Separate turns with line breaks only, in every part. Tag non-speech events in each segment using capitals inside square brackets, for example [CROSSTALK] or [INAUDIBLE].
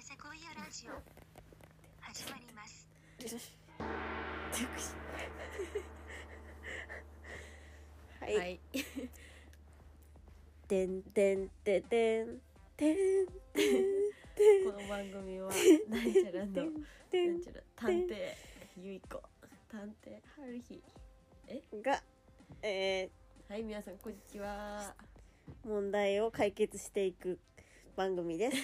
セコイアラジオ始まります
はい、
はい。
[LAUGHS] てんてんてんてんてんてん
この番組
[LAUGHS]
は、なんちゃら
て
の、
ん
な
て
んちゃら、探偵、ゆいこ、探偵、はるひ。
んが、え
はい、皆さん、こんにちは。
ー、問題を解決していく番
[LAUGHS]
組です。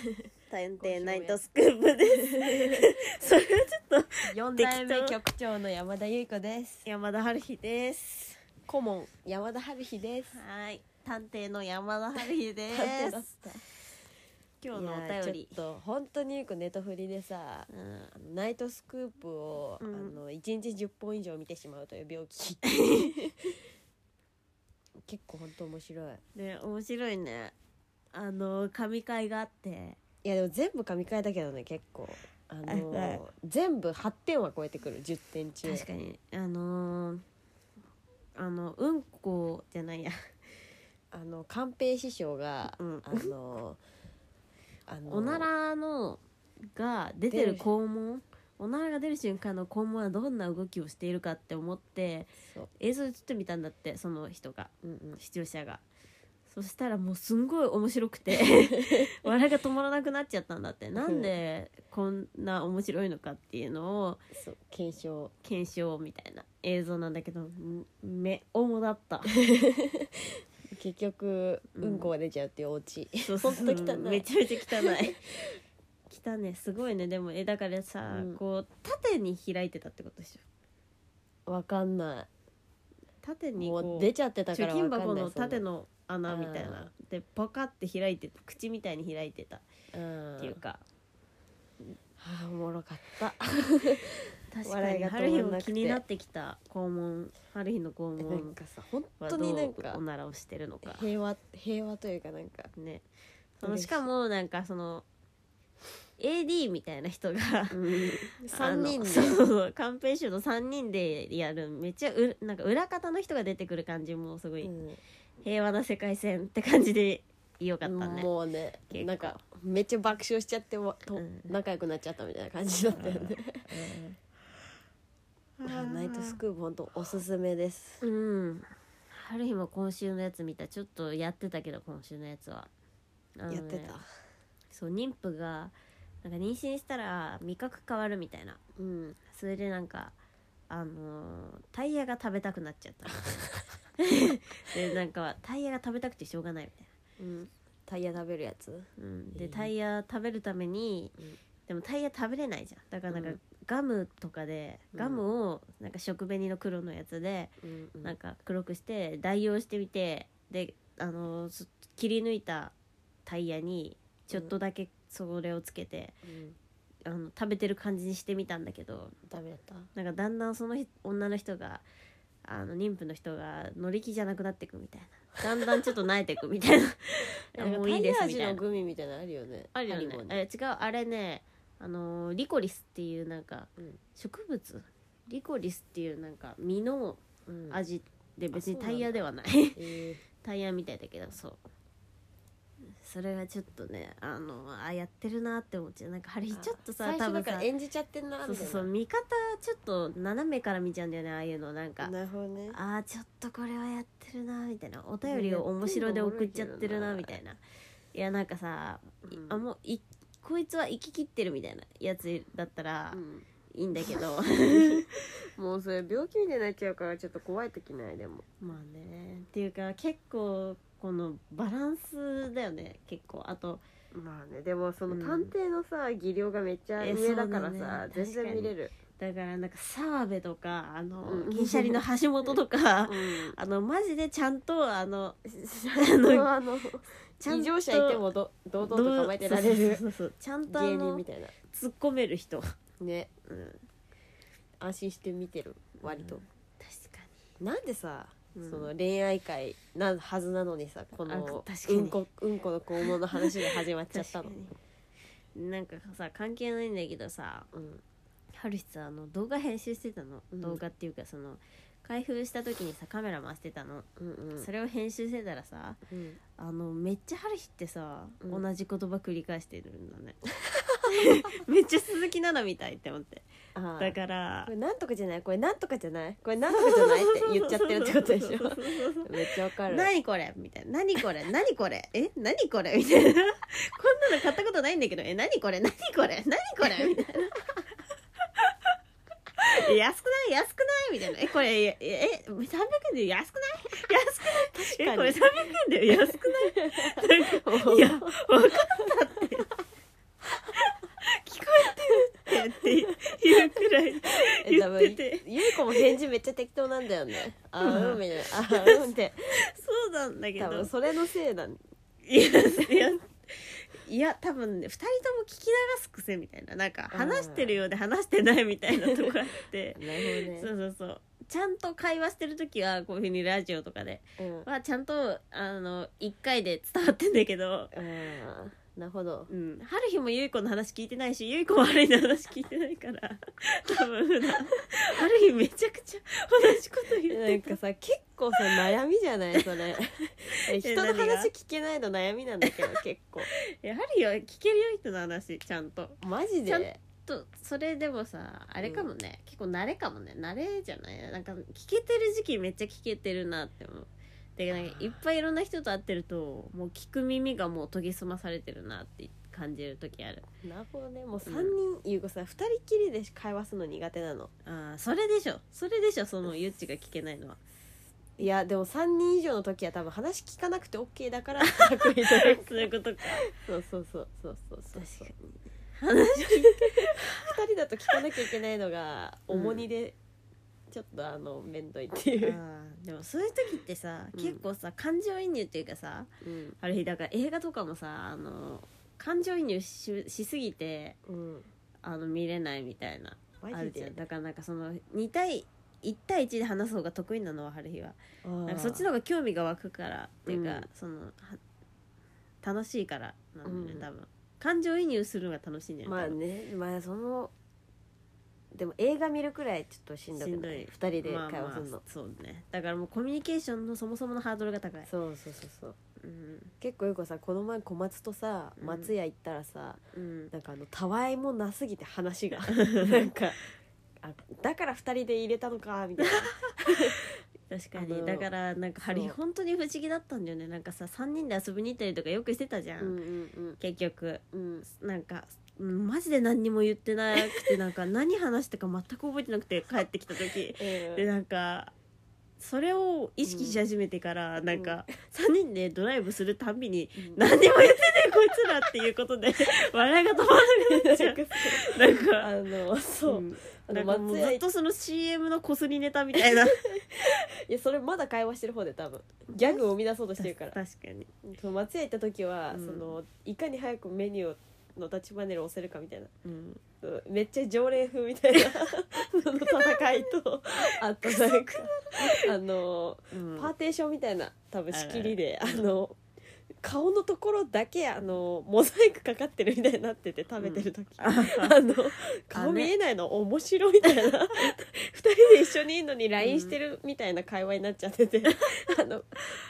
探偵ナイト
ご
スクープです。それはちょっと
四代目
適当
局長の山田ゆいこです。
山田春日です。
顧問、山田はるひです。
はい、探偵の山田春日で
探偵だっ。た。
今
いやーちょっと本当によくネタフリでさ、
うん、
あのナイトスクープを、
うん
あの一日10本以上見てしまうという病
[LAUGHS]
気結構本当面白い
ね、面白いね。あの、神会があって。
いやでも全部神回だけどね結構あのー
はい
全部8点は超えてくる10点中
確かにあのーあのうんこじゃないや
あの寛平師匠が、
うん
あのーあのー
おならのが出てる肛門おならが出る瞬間の肛門はどんな動きをしているかって思って
そう
映像で撮ってみたんだってその人が
うんうん
視聴者がそしたらもうすんごい面白く [LAUGHS] て笑いが止まらなくなっちゃったんだってなんでこんな面白いのかっていうのを
そう検証
検証みたいな映像なんだけどんめ重だった
結局
うん
うんこが出ちゃうっていうお
[LAUGHS]
家、
そ
[LAUGHS]
う
ほんと [LAUGHS] 汚い
めちゃめちゃ汚い汚ねすごいねでもえだからさ、
うん
こう縦に開いてたってことでしょ
わかんない
縦にこう
もう出ちゃってたから
貯
わかん
金
ない
箱の縦
そんな
の穴みたいなでパカって開いてて口みたいに開いてたっ
うん
ていうか、
はあおもろかった
[LAUGHS] 確か
笑い
に
が止まん
春日
な
も
くて
気になってきた肛門春日の肛
な
門
んかさ本
は
当
ど
になん
う
か
おならをしてるのか
平和平和というかなんか
ねその
嬉し
し
い
かもなんかその AD みたいな人が
三人
あの
で
そうそうそう寛平師の3人でやるめっちゃうなんか裏方の人が出てくる感じもすごい
うん
平和な世界線って感じでよかったね、
もうね
結構
なんかめっちゃ爆笑しちゃってもと、
うん
仲良くなっちゃったみたいな感じだったよね、 [LAUGHS] あナイトスクープ本当おすすめです
うん春日も今週のやつ見たちょっとやってたけど今週のやつはあのね
やってた
そう妊婦がなんか妊娠したら味覚変わるみたいな
うん
それでなんかあのータイヤが食べたくなっち
[LAUGHS]
ゃったみたいなでなんかタイヤが食べたくてしょうがないみたい
うんタイヤ食べるやつ
な、うん、
へ
で
え
タイヤ食べるために、
うん
でもタイヤ食べれないじゃんだからなんか、
うん
ガムとかで
うん
ガムをなんか食紅の黒のやつで、
うん
なんか黒くして代用してみてであのーそ切り抜いたタイヤにちょっとだけそれをつけて、
うん
あの食べてる感じにしてみたんだけど
ダメだった
なんかだんだんその人女の人があの妊婦の人が乗り気じゃなくなっていくみたいなだんだんちょっと慣れていく
[LAUGHS]
みたいなもういいです
タ
み
イ
た
ヤ味
い
の
な
グミみたいなのあるよね
あるよね
ハリボーに
え違うあれねあのーリコリスっていうなんか、
うん
植物リコリスっていうなんか実の
うん
味で別に
あそう
タ
なんだ
イヤではない [LAUGHS]
え
タイヤみたいだけどそうそれがちょっとねあのあやってるなって思っちゃうなんかあれ
ー
ちょっと
あ
さ
ー
多
最初だ
分
か
さ
ら演じちゃってんな
そ
み
うそ
た
う
い
そう見方ちょっと斜めから見ちゃうんだよねああいうのなんか
ななるほどね
あーちょっとこれはやってるなみたいなお便りを面白で送っちゃってるなみたいないやなんかさ、い
うん
あもういこいつは生ききってるみたいなやつだったら
うん
いいんだけ
[LAUGHS]
ど
もうそれ病気みたいになっちゃうからちょっと怖い時ないでも
まあねっていうか結構このバランスだよね結構あと
まあねでもそ
うん
の探偵のさ、技量がめっちゃ
え
上だから
そう
さ、
だね
全然見れる、
だからなんか澤部とかあの
うん
銀シャリの橋本とか
[LAUGHS] うん、
あのマジでちゃんとあの
[LAUGHS] あのあの
ちゃんと
異常者いてもど堂々と構えてられる
そうそうそうそうちゃんとあ
芸人
の
みたいな
突っ込める人
ね
うん
安心して見てる割と、
確かに
なんでさ、
うん
その恋愛会なはずなのにさこ
あ確
の
か
う
に
んこうんこの肛門の話が始まっちゃったの
確かになんかさ関係ないんだけどさ
うん
はるひさあの動画編集してたの、
うん
動画っていうかその開封した時にさカメラ回してたの、
うんうん
それを編集してたらさ
うん
あのめっちゃはるひってさ、
うん
同じ言葉繰り返してるんだね [LAUGHS] めっちゃ鈴木奈々みたいって思って
あ
だから
これなんとかじゃないこれなんとかじゃないこれなんとかじゃないって言っちゃってるってことでし
そうそう
ょ
そうそうそう
めっちゃわかる
何これみたいな何これ何これえ何これみたいなこんなの買ったことないんだけどえ何これ何これ何これみたいな [LAUGHS] え安くない安くないみたいなえこれええ300円で安くない安くないえこれ300円で安くないなんかいや、わかったって。聞こえてるってっていうくらい
え多
言っ
分
てて。
ゆいこも返事めっちゃ適当なんだよねあー
う
うんんみたいなあーうんって
そうなんだけ
多
ど
分。それのせいなん
いや、いや、いや、多分ね、二人とも聞き流す癖みたいな。なんか、話してるようで話してないみたいなとこあっ
[LAUGHS]
て。
なる
そうそうそう。ちゃんと会話してる時は、こういうふうにラジオとかで。
ほどね
は、ちゃんと、あの、一回で伝わってんだけど。
うんあーなるほど
うん、春日もゆい子の話聞いてないしゆい子も春日の話聞いてないから [LAUGHS] 多分普段春日めちゃくちゃ同じこと言っ
な
て
ん
た
かさ結構さ悩みじゃないそ
[LAUGHS]
れえ人の
何が
話聞けないの悩みなんだけ
[LAUGHS]
ど結構
やはりよ聞けるよ人の話ちゃんと
マジ
ちゃん
で
とそれでもさあれかもね、結構慣れかもね慣れじゃないなんか聞けてる時期めっちゃ聞けてるなって思うでなんかいっぱいいろんな人と会ってるともう聞く耳がもう研ぎ澄まされてるなって感じる時ある
なるほどねもう3人ゆうこさん2人きりで会話するの苦手なの
あーそれでしょそれでしょそのゆっちが聞けないのはい
やでも3人以上の時は多分話聞かなくて OK だから
[LAUGHS]
楽になる
[LAUGHS] そういうことか
そうそうそうそうそうそう
確かに
2人だと聞かなきゃいけないのが
うん
重荷で、ちょっとあの面倒いっていう、
あーでもそういう時ってさ、
うん
結構さ感情移入っていうかさ
うん
ある日だから映画とかもさあの感情移入ししすぎて
うん、
あの見れないみたいなあ
マジ
るじ
で
ゃんだからなんかその2対1対1で話す方が得意なのは春日は
あー
なんかそっちの方が興味が湧くからっていうか、
うん
そのは楽しいからなんだよ
うん
ね多分感情移入するのが楽しいんじゃ
ま
な
あ
い
ねまあそのでも映画見るくらいちょっとしんどく
しんど
ないい2人で会話するの、
まあまあそうねだからもうコミュニケーションのそもそものハードルが高い
そうそうそうそう
うん
結構よくさこの前小松とさ
うん
松屋行ったらさ、
うん
なんかあのたわいもなすぎて話
[LAUGHS]
がなんかあだから2人で入れたのかみたいな
確か
あ
に
の
だからなんかハリー
そう
本当に不思議だったんだよねなんかさ3人で遊びに行ったりとかよくしてたじゃん、
うんうん
結局
うん
なんかうんマジで何にも言ってなくてなんか何話したか全く覚えてなくて帰ってきた時で
え
なんかそれを意識し始めてから、なんか3人でドライブするたんびに
ー
何にも言ってねえこいつらっていうこ
[LAUGHS]
とで笑いが止まらなくなっちゃうなんか
あのそう、
ん
あ
な
の
んかもう
松
ず
屋
っとその CM のこすりネタみたいな
いやそれまだ会話してる方で多分ギャグを生み出そうとしてるから
確かに
そう松屋行った時は、
うん
そのいかに早くメニューのタッチパネルを押せるかみたいな
うん
うんめっちゃ常連風み
[LAUGHS]
たいなその戦いとあとなんかあの
うん
パーテーションみたいな多分仕切りで
あ
あ
るある
の顔のところだけあのモザイクかかってるみたいになってて食べてる時、
あ
あの顔見えないの面白いみたい
[LAUGHS]
な二人で一緒にいるのに LINE してるみたいな会話になっちゃってて「あの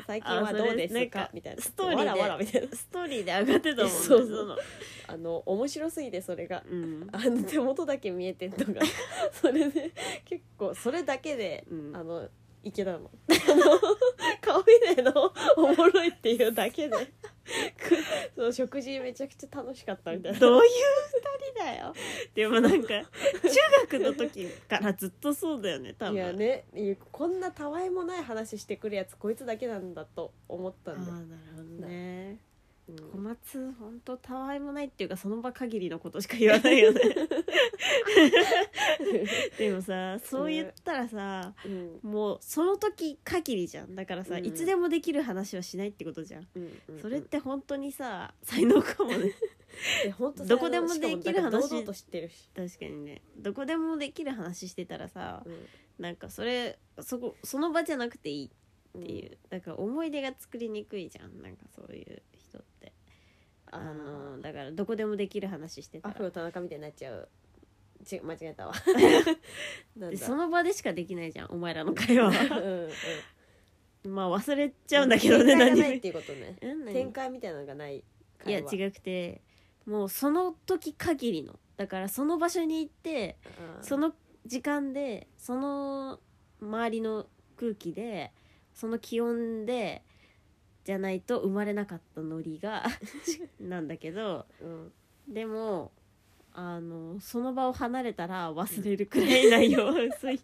最近はどうです
あそれなん
か
か
みたいな「
ストーリーで
わらわら」みたいな
ストーリーで上がってたもん
[LAUGHS]
ね
そうそう
の
あの面白すぎてそれが
うん
[LAUGHS] あの手元だけ見えてんの
[LAUGHS]
がそれで結構それだけで、
うん
あのいけた
[LAUGHS]
のあの顔見ないのおもろいっていうだけでくその食事めちゃくちゃ楽しかったみたいな
どういう
人だよ
でもなんか中学の時からずっとそうだよね多分
いやねいやこんなたわいもない話してくるやつこいつだけなんだと思った
あ
ん
あ
だ、
なるほどね
うん
小松本当たわいもないっていうかその場限りのことしか言わないよね
[LAUGHS]
でもさそう言ったらさ、
うん
もうその時限りじゃんだからさ、
うん
いつでもできる話はしないってことじゃん、
うんうん
それって本当にさ才能かも
[LAUGHS]
ね
えほんとさ
どこでもでき
しかも
る話
なんか堂々と知ってるし、
確かにねどこでもできる話してたらさ
うん
なんかそれそこその場じゃなくていいっていう、だから思い出が作りにくいじゃんなんかそういう人ってあのだからどこでもできる話してた
ア
ら
フロ田中みたいになっちゃうち間違えた
[LAUGHS]
わなん
で
だ
その場でしかできないじゃんお前らの会話は
うんうん
[LAUGHS] まあ忘れちゃうんだけどね
展開が
何
ないっ
も
ていうことね
うん何
展開みたいなのがない
い
会
や
話
違くてもうその時限りのだからその場所に行ってその時間でその周りの空気でその気温でじゃないと生まれなかったノリ [LAUGHS] がなんだけど
うん
でもあのその場を離れたら忘れるくらい内容は薄 [LAUGHS] い、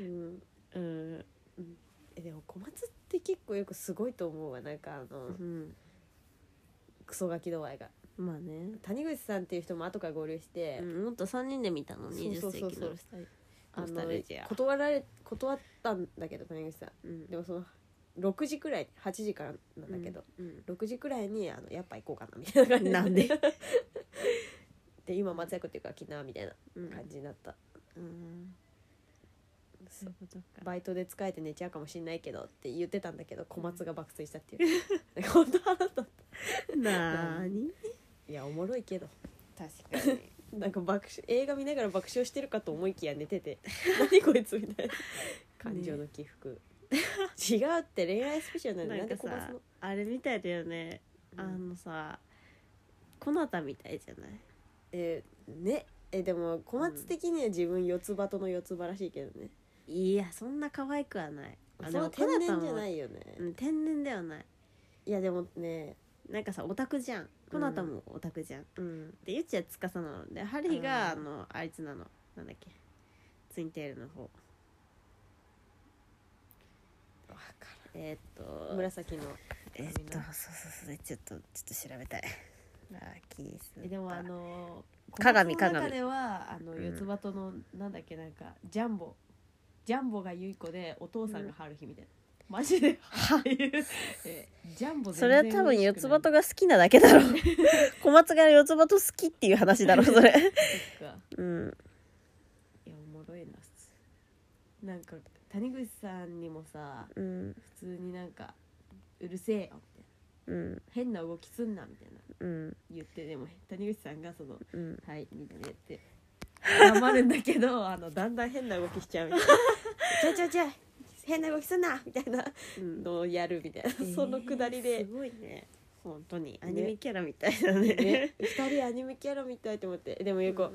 うん
うん
えでも小松って結構よくすごいと思うわなんかあの
うん、
クソガキ度合いが
まあね、
谷口さんっていう人も後から合流して
う、ん、もっと3人で見たの
そう
20
そう
世
そう
紀
そ
の
うあ
ノスタ
の
ルジア
断られ断ったんだけど谷口さん
うん
でもその6時くらい8時からなんだけど、、
うん
6時くらいにあのやっぱ行こうかなみたいな感じ
なんで
[LAUGHS] で今松屋食っていうから来なみたいな
うんうん
感じになった、
うんそういうことか [LAUGHS]
バイトで疲れて寝ちゃうかもしんないけどって言ってたんだけど小松が爆睡したっていう [LAUGHS] なんか本当腹立っ
なーに
たいやおもろいけど
確か
[LAUGHS]
に
なんか爆笑映画見ながら爆笑してるかと思いきや寝て [LAUGHS] て何こいつみたいな感情の起伏、違うって恋愛スペシャルなのにな
な
んんで
か
小
さ
松の、
あれみたいだよね、
うん
あのさこなたみたいじゃない
えーねえでも小松的には自分四つ葉との四つ葉らしいけどね、
いやそんな可愛くはないあ
そ
で
う
も
天
コナ
然
タ
じゃ
も
ないよね、
うん天然ではない
いやでもね
なんかさオタクじゃんこなたもオタクじゃん、
うん
でゆっちはつかさなのでハリーがあ
うん
のあいつなのなんだっけツインテールの方
わか
えーっ
る
と
紫の
えーっ
髪
とそう
の
そうそうちょっとちょっと調べたい [LAUGHS] ラーキース
えでもあの
鏡
小松の
鏡
中ではあの
うん
四つ葉との、なんだっけなんかジャンボジャンボがゆい子でお父さんが春日みたいな、マジで春日 [LAUGHS] えジャンボ全然
それは多分
美
四
味し
つ
くない
葉とが好きなだけだろう [LAUGHS] 小松が四つ葉と好きっていう話だろうそれ
そっか
うん
いやおもろいななんか谷口さんにもさ
うん
普通になんか「うるせえよ」みたいな
うん
「変な動きすんな」みたいな
うん
言ってでも谷口さんがその
うん
「はい」みたいなやって頑張るんだけ
[LAUGHS]
どあのだんだん変
変な動きしちゃうみたいな [LAUGHS] ちょいちょいちょい変な動きすんなみたいな
うん
のをやるみたいな、そのくだり
す
で、
ごいね本当にア
ね
ニメキャラみたいだ
[LAUGHS]
ね
ね、2人アニメキャラみたいと思ってでもゆう子、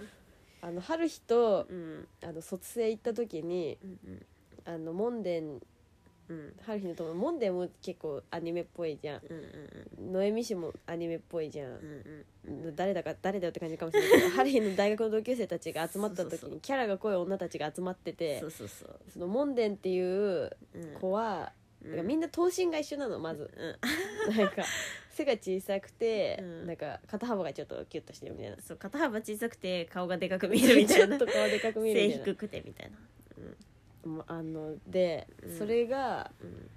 あの春日と
うん
あの卒生行った時に
うんうん
あの門殿
うん
春日の友門殿も結構アニメっぽいじゃん
うんうん
ノエミ氏もアニメっぽいじゃん
うんう、ん
誰だか誰だよって感じかもしれないけど春日の大学の同級生たちが集まった時に
そうそうそう
キャラが濃い女たちが集まってて
そうそうそう
その門殿っていう
うん
子は、
う
なんか
ん
みんな頭身が一緒なのまず、なんか背が小さくて、
うん
なんか肩幅がちょっとキュッとしてるみたいな
そう肩幅小さくて顔がでかく見えるみたいな
ちょっと顔でかく見え
背
るみたい
低くてみたいな
なもうあので、
うん
それが
うん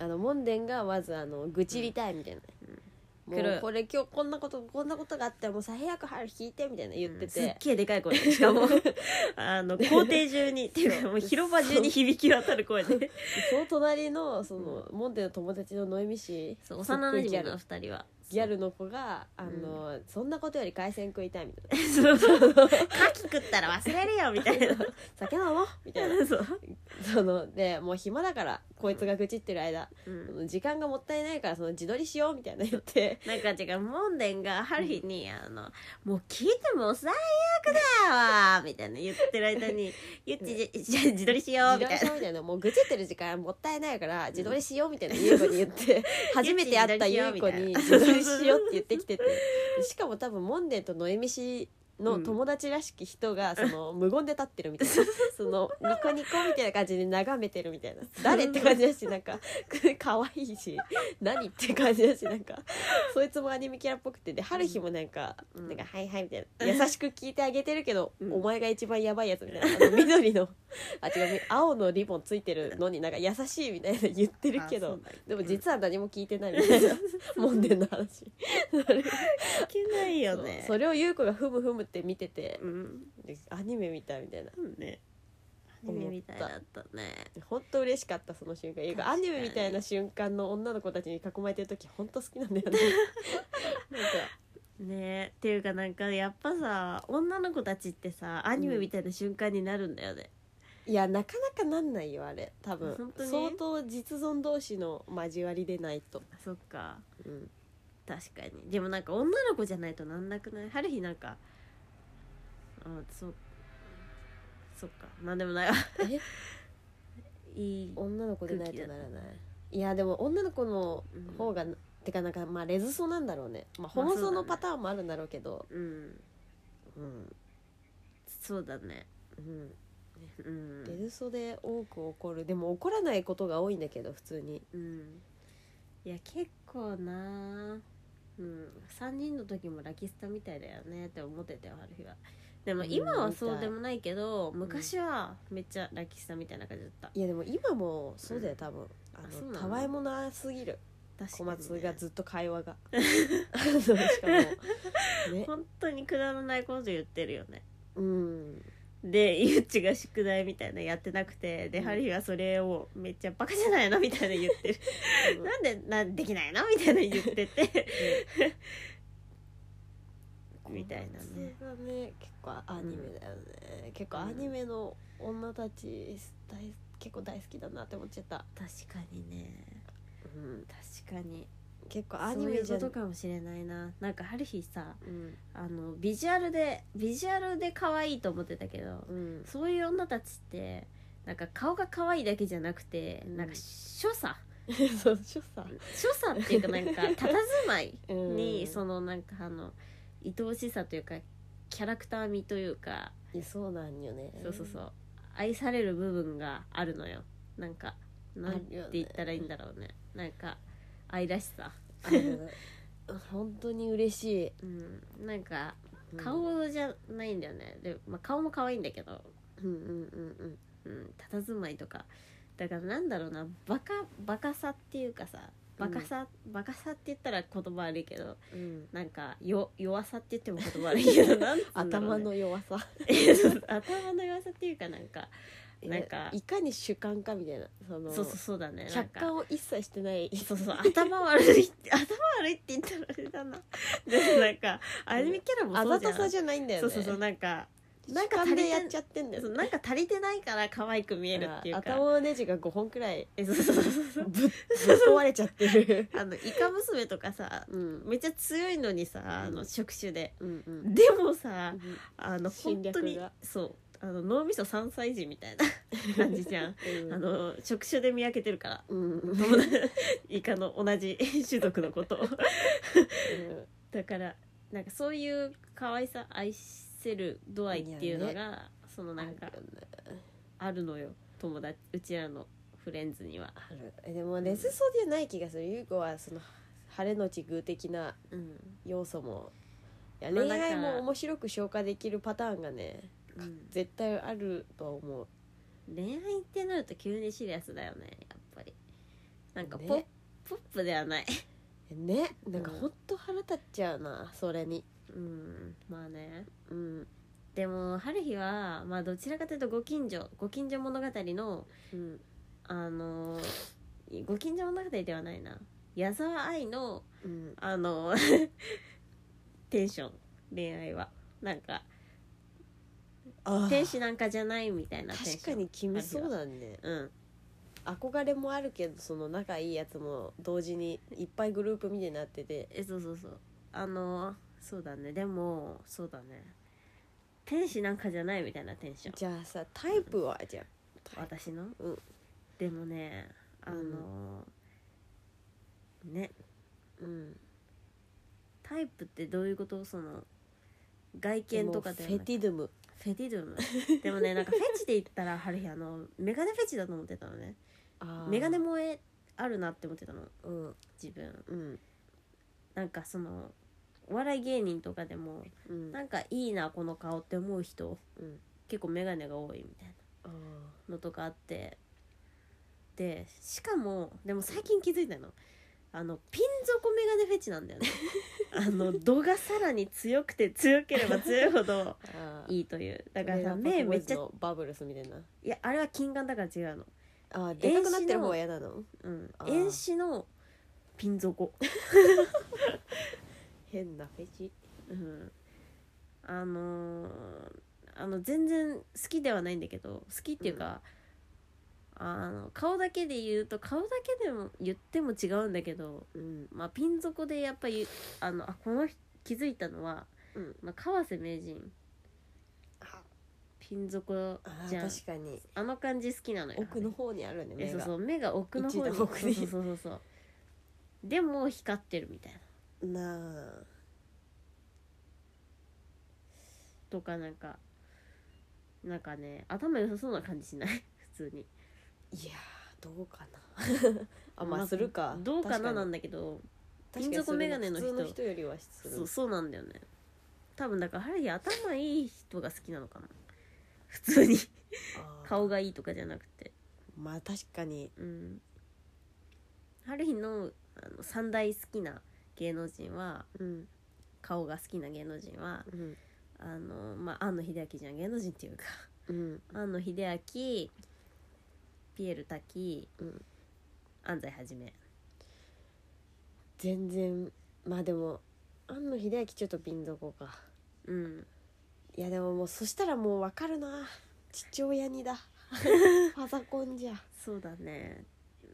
あの門殿がまずあの愚痴りたいみたいな、
うん
も
来
う
る
これ今日こんなことこんなことがあったらもうさ早く早く引いてみたいな言って、
すってげえでかい声でし [LAUGHS] かもあの校庭中にっていうかもう広場中に響き渡る声で
その隣のその、門殿の友達のノエミ氏
そう幼馴
すっごいギ
染
ャル
の二人は
ギャルの子があの、そんなことより海鮮食いたいみたいな
[LAUGHS] そうそうカキ食ったら忘れるよみたいな
酒飲もうみたいな
[LAUGHS] そう、
そのでもう暇だからこいつが愚痴ってる間、その時間がもったいないからその自撮りしようみたいな言って
なんか違う門殿が春日に、あの「もう聞いても最悪だわ」みたいな言ってる間 [LAUGHS] に「ゆっちじじ自撮りしよう」
自撮
み
り
たい
しよ
な
うみたいなもう愚痴ってる時間もったいないから自撮りしようみたいな優子に言
[LAUGHS]
って初めて会った優子に自撮りしようって言ってきててしかも多分モンデンとノエミシの友達らしき人
[LAUGHS]
がその無言で立ってるみたいなそのニコニコみたいな感じで眺めてるみたいな誰って感じだしなん
[LAUGHS]
か可愛いし何って感じだしなんかそいつもアニメキャラっぽくてで春日もなんか「
うん
なんかはいはい」みたいな優しく聞いてあげてるけど、
うん
お前が一番やばいやつみたい
[LAUGHS]
なあの緑のあ違うみ青のリボンついてるのになんか優しいみたいな言ってるけ
あそ
ど
うだ
でも実は何も聞いてないみたいなモンデンの話
いけないよね
そうそれを優子がふむふむって見てて
うん
でアニメみたいみたいな
そうねアニメみたいだったね
本当嬉しかったその瞬間優子
確か
ア
に
ニメみたいな瞬間の女の子たちに囲まれてる時本当好きなんだ
[LAUGHS]
よねなんか
ねっていうかなんかやっぱさ女の子たちってさアニメみたいな瞬間になるんだよね、
いやなかなかなんないよあれ多分
本当に
相当実存同士の交わりでないと、
そっか
うん、
確かにでもなんか女の子じゃないとなんなくない春日なんかあそうそっかなんでもないわ [LAUGHS]
え
いい
女の子でないとならないいやでも女の子の方が、てかなんかまあレズソなんだろうねまあホモソのパターンもあるんだろうけど、
うん
うん
そうだね
うん
うん
レズソで多く起こるでも起こらないことが多いんだけど普通に
うんいや結構なうん3人の時もラキスタみたいだよねって思ってたよ春日はでも
うん
今は
み
そ
た
う
い
でもないけど、
ん
昔はめっちゃラキスタみたいな感じだった
いやでも今もそうだよ多分、あ
そう
の
なの
たわいもなすぎる
確
小
かにね
松がずっと会 [LAUGHS] 話があのしかもね
本当にくだらないこと言ってるよね
うん
でゆっちが宿題みたいなやってなくてで、
うん
ハリーはそれをめっちゃバカじゃないのみたいな言ってるなんでなんできないのみたいな言っててみたいなね
小松がね結構アニメだよね、結構アニメの女たち大結構大好きだなって思っちゃった、
確かにね
うん、
確かに
結構ア
ア
ニ
ニメ
メじ
そ
ゃ
ういうこと
う
かもしれないななんかハルヒさ
ん
あのビジュアルでビジュアルで可愛いと思ってたけど
うん
そういう女たちってなんか顔が可愛いだけじゃなくて、
うん
なんか所作
そう所作
所作っていうかなんか佇まい
う
に、
ん
そのなんかあの愛おしさというかキャラクター味というか、
いやそうなんよね
そうそうそう愛される部分があるのよなんかなんて
あるよね
言ったらいいんだろうねなんか愛らしさ、
あの [LAUGHS] 本当に嬉しい、
うん、なんか
うん
顔じゃないんだよね、で、まあ、顔も可愛いんだけど
うんうんうん
うん佇まいとかだからなんだろうなバカバカさっていうかさバカさ、バカさって言ったら言葉悪いけど
うんうん
なんかよ弱さって言っても言葉悪いけどなんつうんだろ [LAUGHS]
頭
う、ね、
の弱さ
頭の弱さっていうかなんかなんか
えいかに主観かみたいなその
そうそうそうだねなん
客
か
観を一切してない
そ
[LAUGHS]
うそう頭悪いって頭悪いって言ったらあれだな [LAUGHS] でもなんかアニメキャラも
あ
そ
ざ
うじゃ
と
ん
さじゃないんだよ
そ
ね
うそうそうなんか
な
なんん
か
か足り
で
て
やっ
ん
ちゃってんだよ
そうなんか足りてないから可愛く見えるっていうか
頭のネジが5本くらい
えそうそうそうそう
ぶっぶっ壊れちゃってる
[LAUGHS] あのイカ娘とかさ
うん
めっちゃ強いのにさあ
う
の
ん
触手で、
うんうん
でもさあの
侵
本
略
当
が
にそうあの脳みそ3歳児みたいな感じじゃん
うん
あの触手で見分けて
[LAUGHS]
るから
うんうん
友達イカの同じ種族
[LAUGHS]
のことをだからなんかそういう可愛さ愛せる度合いっていうのが、
い
そのなんか
あるよね
あるのよ友達うちらのフレンズには、
あるえでもレズソじゃない気がする優子はその晴れのち偶的な
うん
要素もいや
まあ
恋愛
だから
も面白く消化できるパターンがね
うん
絶対あると思う
恋愛ってなると急にシリアスだよねやっぱりなんか
ね
ポ,、ポップではない
ねなんかほんと腹立っちゃうなそれに
うんまあね
うん
でも春日はまあどちらかというとご近所ご近所物語の
うん
あのーご近所物語ではないな矢沢愛の
うん
あの [LAUGHS] ーテンション恋愛はなんか
あ
天使なんかじゃないみたいなテンション
確かに君そうだね
うん
憧れもあるけどその仲いいやつも同時にいっぱいグループみたいになってて
えそうそうそうあのーそうだねでもそうだね天使なんかじゃないみたいなテンション
じゃあさタイプはじゃあ
私の、
うん
でもねあのーね
うん
タイプってどういうことその外見とか
で
で
もフ
はな
ェ
く
ティドゥム
フェティドゥムでもねなんかフェチで言ったらハルヒあのメガネフェチだと思ってたのねメガネ
も
萌えあるなって思ってたの
うん
自分
うん
なんかそのお笑い芸人とかでも
うん
なんかいいなこの顔って思う人
うん
結構メガネが多いみたいな
あー
のとかあってでしかもでも最近気づいたのあのピン底メガネフェチなん
[LAUGHS]
だよねあの度がさらに強くて強ければ強いほど
あー
いいというだから
レナパ
さ目
コボー
めっ
イズ
ちゃ
のバブルスみたいない
やあれは金眼だから違うの
あーでかくなってる方が嫌なの
うん
あー
遠視のピ
[LAUGHS]
ン底
変なフェチ
うんあのーあの全然好きではないんだけど好きっていうか、あの顔だけで言うと顔だけでも言っても違うんだけど、うんまあ、ピン底でやっぱりあのあこの人気づいたのは、
うん
まあ、川瀬名人
あ
ピン底
あ
じゃん
ー
あ
確かに
の感じ好きなのよ
奥の方にあるね
え
目
そう
が
そう目が奥の方に
一段奥に
そうそうそうそうでも光ってるみたいな
なあ
とかなんかなんかね頭良さそうな感じしない [LAUGHS] 普通に
いやーどうかな [LAUGHS] あまあするか
どうかななん
だ
だけど
確か
金
に
属眼鏡の人
普通の人よりはす
そ
る
うそうなんだよね多分だからハリー頭いい人が好きなのかな普通
[LAUGHS]
に
あー
顔がいいとかじゃなくて
まあ確かに
うんハリーのあの三大好きな芸能人は
うん
顔が好きな芸能人は
うん
あのまあ庵野秀明じゃん芸能人っていうか
うん
庵野秀明ピエール滝、
うん
安西はじめ
全然まあでも庵野秀明ちょっとピンどこか
うん
いやでももうそしたらもうわかるな父親に [LAUGHS] だパザコンじゃ
そうだね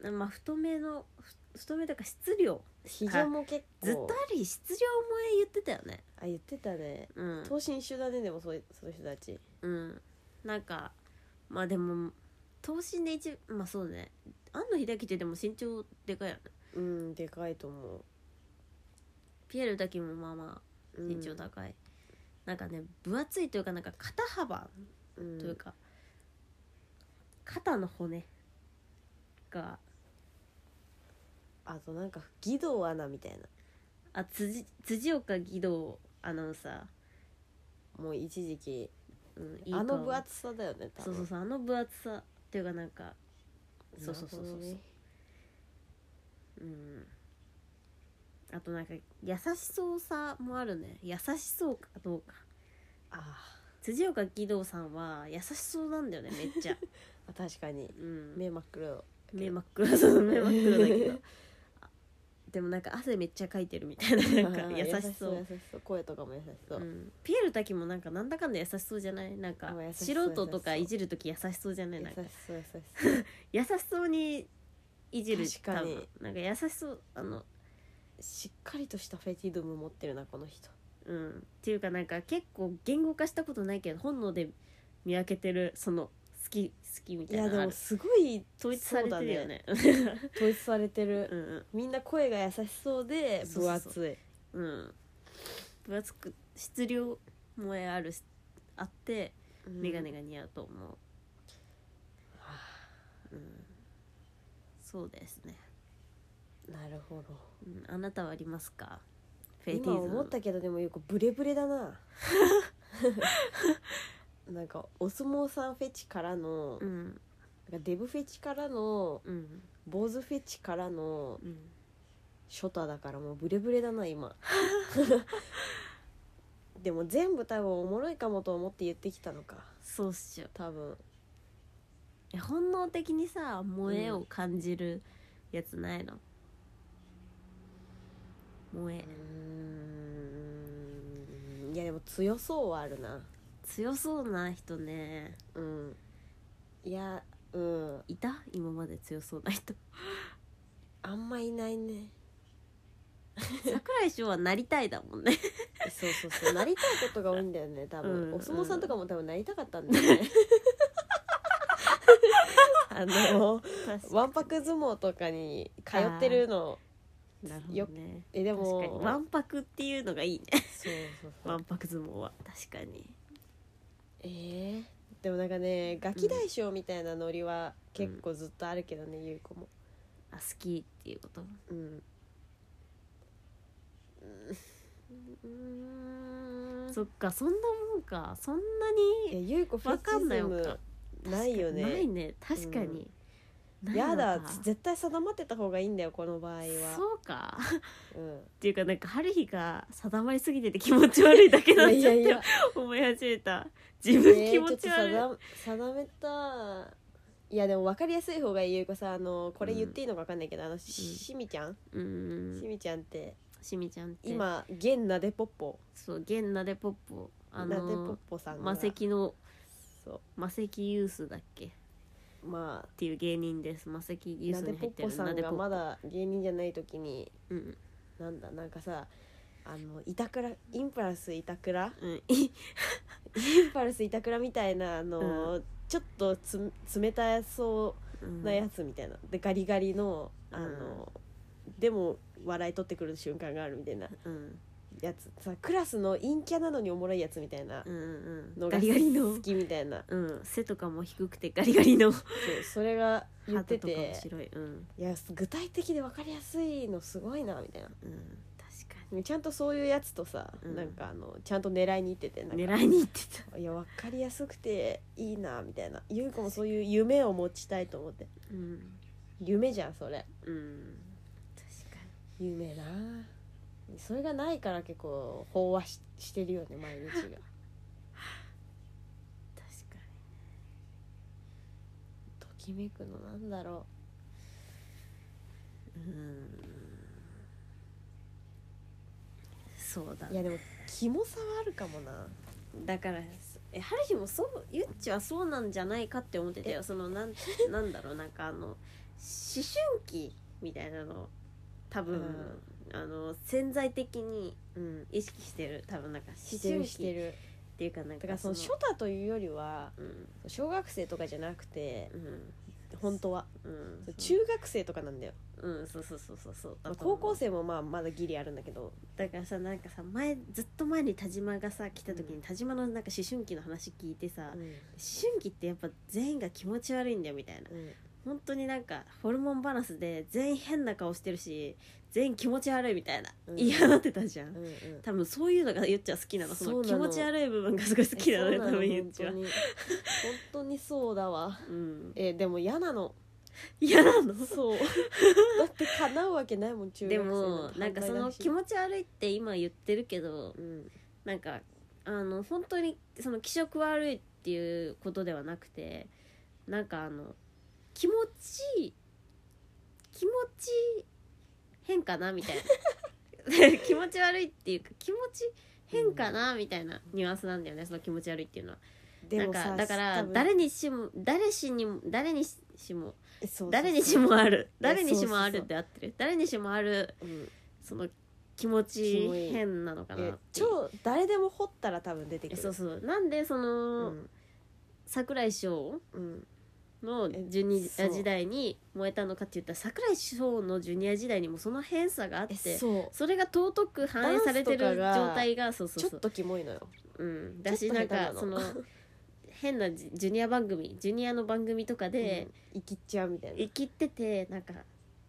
まあ太めのふ太めというか質量
ひげも結構
ずっとある質量萌え言ってたよね
あ言ってたね
うん、
等身一緒だねでもそうそういう人たち
うん、なんかまあでも等身で一まあそうね安野秀明ってでも身長でかいよね
うんでかいと思
ピエール滝もまあまあ
う
身長高い、なんかね分厚いというかなんか肩幅
と
というか、肩の骨が
あとなんか義堂アナみたいな
あ辻辻岡義堂アナウンサ
もう一時期
ー、うん、いい
あの
顔
分厚さだよね多
そうそう
分
そうあの分厚さっていうかなんかそうそうそうそうそう、
なるほどね
うんあとなんか優しそうさもあるね優しそうかどうか
あ
辻岡義堂さんは優しそうなん
[LAUGHS]
だよねめっちゃ
ーあ確かに
うん目
目真っ黒
真っ黒そうそう目真っ黒だけどあでもなんか汗めっちゃかいてるみたい
[LAUGHS]
ななんか優しそう
優しそう声とかも優しそう、
うんピエール滝もなんかなんだかんだ優しそうじゃないなんか
うん優し
素
そう
人とか
優
い
しそ
じる時優しそうじゃない
優
な
し
んか
そう優しそう
優しそうにいじる
確かに
多分なんか優しそうあの
しっかりとしたフェティドム持ってるなこの人
うんっていうかなんか結構言語化したことないけど本能で見分けてるその好き好きみ
い
たい
や
なの
で
あ
も
る
すごい
統一されてるよねう
統一されてる、
ん
みんな声が優しそうで
そう
分
そう
厚
そ
い
うんうん分厚く質量萌えあるしあって
うん
眼鏡が似合うと思う、うんそうですね、
なるほど
うん、あなたはありますかフェイティ
今
ーズム
思ったけどでもよくブレブレだな [LAUGHS] なんかお相撲さんフェチからの、
うん
なんかデブフェチからの
うん
坊主フェチからの
うん
ショタだからもうブレブレだな今
[LAUGHS]
でも全部多分おもろいかもと思って言ってきたのか
そうっしょ
多分
え本能的にさ萌えを感じるやつないの、萌え
うーんいやでも強そうはあるな
強そうな人ね
うんいやうん
いた今まで強そう
[LAUGHS]
な人
あんまいないね
桜井翔はなりたいだもんね
そうそうそうなりたいことが多いんだよ
[LAUGHS]
ね多分、
うん
お相撲さんとかも多分なりたかったんだよね [LAUGHS] [LAUGHS] あの
[LAUGHS] 確
わんぱく相撲とかに通ってるの
なるほ
よ
どね
えで
確かに
も
わんぱくっていうのがいいね
そうそうそう
わんぱく相撲は確かに
えーでもなんかねガキ大将みたいなノリは結構ずっとあるけどね、ゆう子も
あ好きっていうこと
うんうん
そっかそんなもんかそんない
や
に
ゆう子フェ
わ
チ
かんない
ズ
の
ム
か
ないよ
ない
ね
ね確かに、ないのか
やだ絶対定まってた方がいいんだよこの場合は
そうか
う、
[LAUGHS]
ん、
っていうかなんか春日が定まりすぎてて気持ち悪いだけ
い
だっ
や
ちゃっ
い
て
やいや
思い始めた自分 [LAUGHS] 気持ち悪い、
えーょっと定定めたいやでも分かりやすい方がいいゆうこさんあのこれ言っていいのか分かんないけど、あのししみちゃん、
う
し
ん
みちゃんって
しみちゃんって
今現なでぽっぽ
そう現なでポッポあ
なでぽっ
の
ぽさんが
魔石の
そう
魔石ユースだっけ
まあ
ていう芸人ですマセキ技
な
術
で
に
ぽ
入っ
ってこ
る
さん
で
がまだ芸人じゃない時に
うん
なんだなんかさあの板倉インパルス板倉 [LAUGHS]
うんい
インパルス板倉みたいなあの、
う
ちょっとつ冷たそううんなやつみたいな、でガリガリのあの、でも笑い取ってくる瞬間があるみたいな
うん
やつさクラスの陰キャなのにおもろいやつみたいな
うんうんうん
の
ガ
が
リガリの
好きみたいな、
うん背とかも低くてガリガリの
そうそれが言って
鳩とか
て
面白いうん
いや具体的で分かりやすいのすごいなみたいな
うん確か
ちゃんとそういうやつとさ、
うん
なんかあのちゃんと狙いに行っててなんか
に狙いに行ってた
いや分かりやすくていいなみたいな優子もそういう夢を持ちたいと思って
うん
夢じゃんそれ
うん確かに
夢なそれがないから結構飽和ししてるよね毎日が
確か
[LAUGHS] ときめくのなんだろ
にうんそうだ
ういやでもキモさはあるかもな
だからえ春日もそうゆっちはそうなんじゃないかって思ってたよそ
[LAUGHS]
のなんなんだろうなんかあの思春期みたいなの多分、
うん
あの潜在的に、うん、意識してる多分なんか思春
し
期
て
っ
る
ていうかなん
だか
から
その初太というよりは
うん
小学生とかじゃなくて
うん
本当は
うんそう
中学生とかなんだよ、
うんそうそうそうそうそう
まあ
だと思
高
う
校生もまあまだギリあるんだけど
だからさなんかさ前ずっと前に田島がさ来た時に田島のなんか思春期の話聞いてさ、思春期ってやっぱ全員が気持ち悪いんだよみたいな
うん
本当になんかホルモンバランスで全員変な顔してるし全員気持ち悪いみたいな、
うん
嫌なってたじゃん、
うんうん
多分そういうのがゆっちゃん好きなのそ
そ
の
うな
気
の
持ち悪い部分がすごい好きなの
え
よ
そう
多分ゆっ
本
ち
当
は
に本当にそうだわ
うん
えでも嫌なの
嫌なの
そうだって叶うわけないもん中
で
学生
もなんかその気
持ち
持ち悪いって今言ってるけど
うん
なんかあの本当にその気色悪いっていうことではなくてなんかあの気持ちいい気持ち変かなみたい
[LAUGHS]
な気持ち悪いっていうか気持ち変かなみたいなニュアンスなんだよねその気持ち悪いっていうのは
でも
な
さ
んかだから
多分
誰にしも誰しにも誰にしも
そうそうそう
誰にしもある誰にしもあ
そうそうそ
るっ
う
て合ってる誰にしもある
うん
その
キ
気持
モ
ち
い
変なのかな
え
っていう
超誰でも掘ったら多分出てく
え
る
そうそうなんでその、
ん
桜井翔
うん
の
え
ジュニ
そ
ア
う
時代に燃えたのかって言ったら桜井翔のジュニア時代にもその偏差があっ
え
て
そう
それが尊く反映されてる
ダンスとかが
状態がそうそう
ちょ
そ
っ
う
とキモいのよ
うんだし
ちょっと
なん
下手な
か
の
その変なジジュニア番組ジュニアの番組とかで
うん、生きちゃうみたいな
生きっててなんか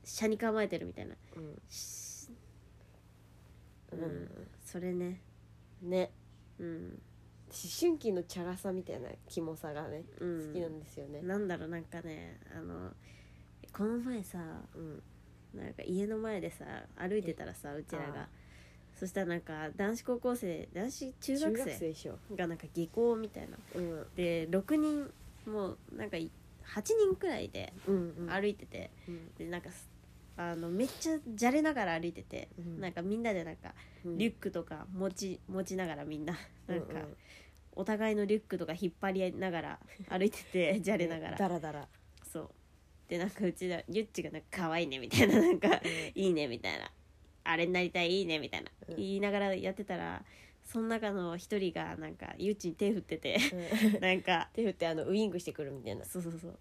車に構えてるみたいな
うん
し
うん
それね
ね
うん
思春期のチャラさみたいなキモさがね
う
好
ん
きなんですよね
なんだろうなんかねあのこの前さ
うん
なんか家の前でさ歩いてたらさうちら
あ
が
あ
そしたらなんか男子高校生男子中
中
学
学生
生
でしょ
がなんか下校みたいな
うん
で6人もうなんかい8人くらいで
うんうん
歩いてて、
うん
でなんかすあのめっちゃじゃれながら歩いてて、
うん
なんかみんなでなんか
うん
リュックとか持ち持ちながらみんななん
う
か
う
お互いのリュックとか引っ張り合いながら歩いて
[LAUGHS]
てじゃれながら
ダラダラ
そうでなんかうちらゆっちがなんか可愛いねみたいななんかいいねみたいなあれになりたいいいねみたいな、
うん
言いながらやってたらその中の一人がなんかゆっちに手振って [LAUGHS] てなんか
手振ってあのウイングしてくるみたいな
そうそうそう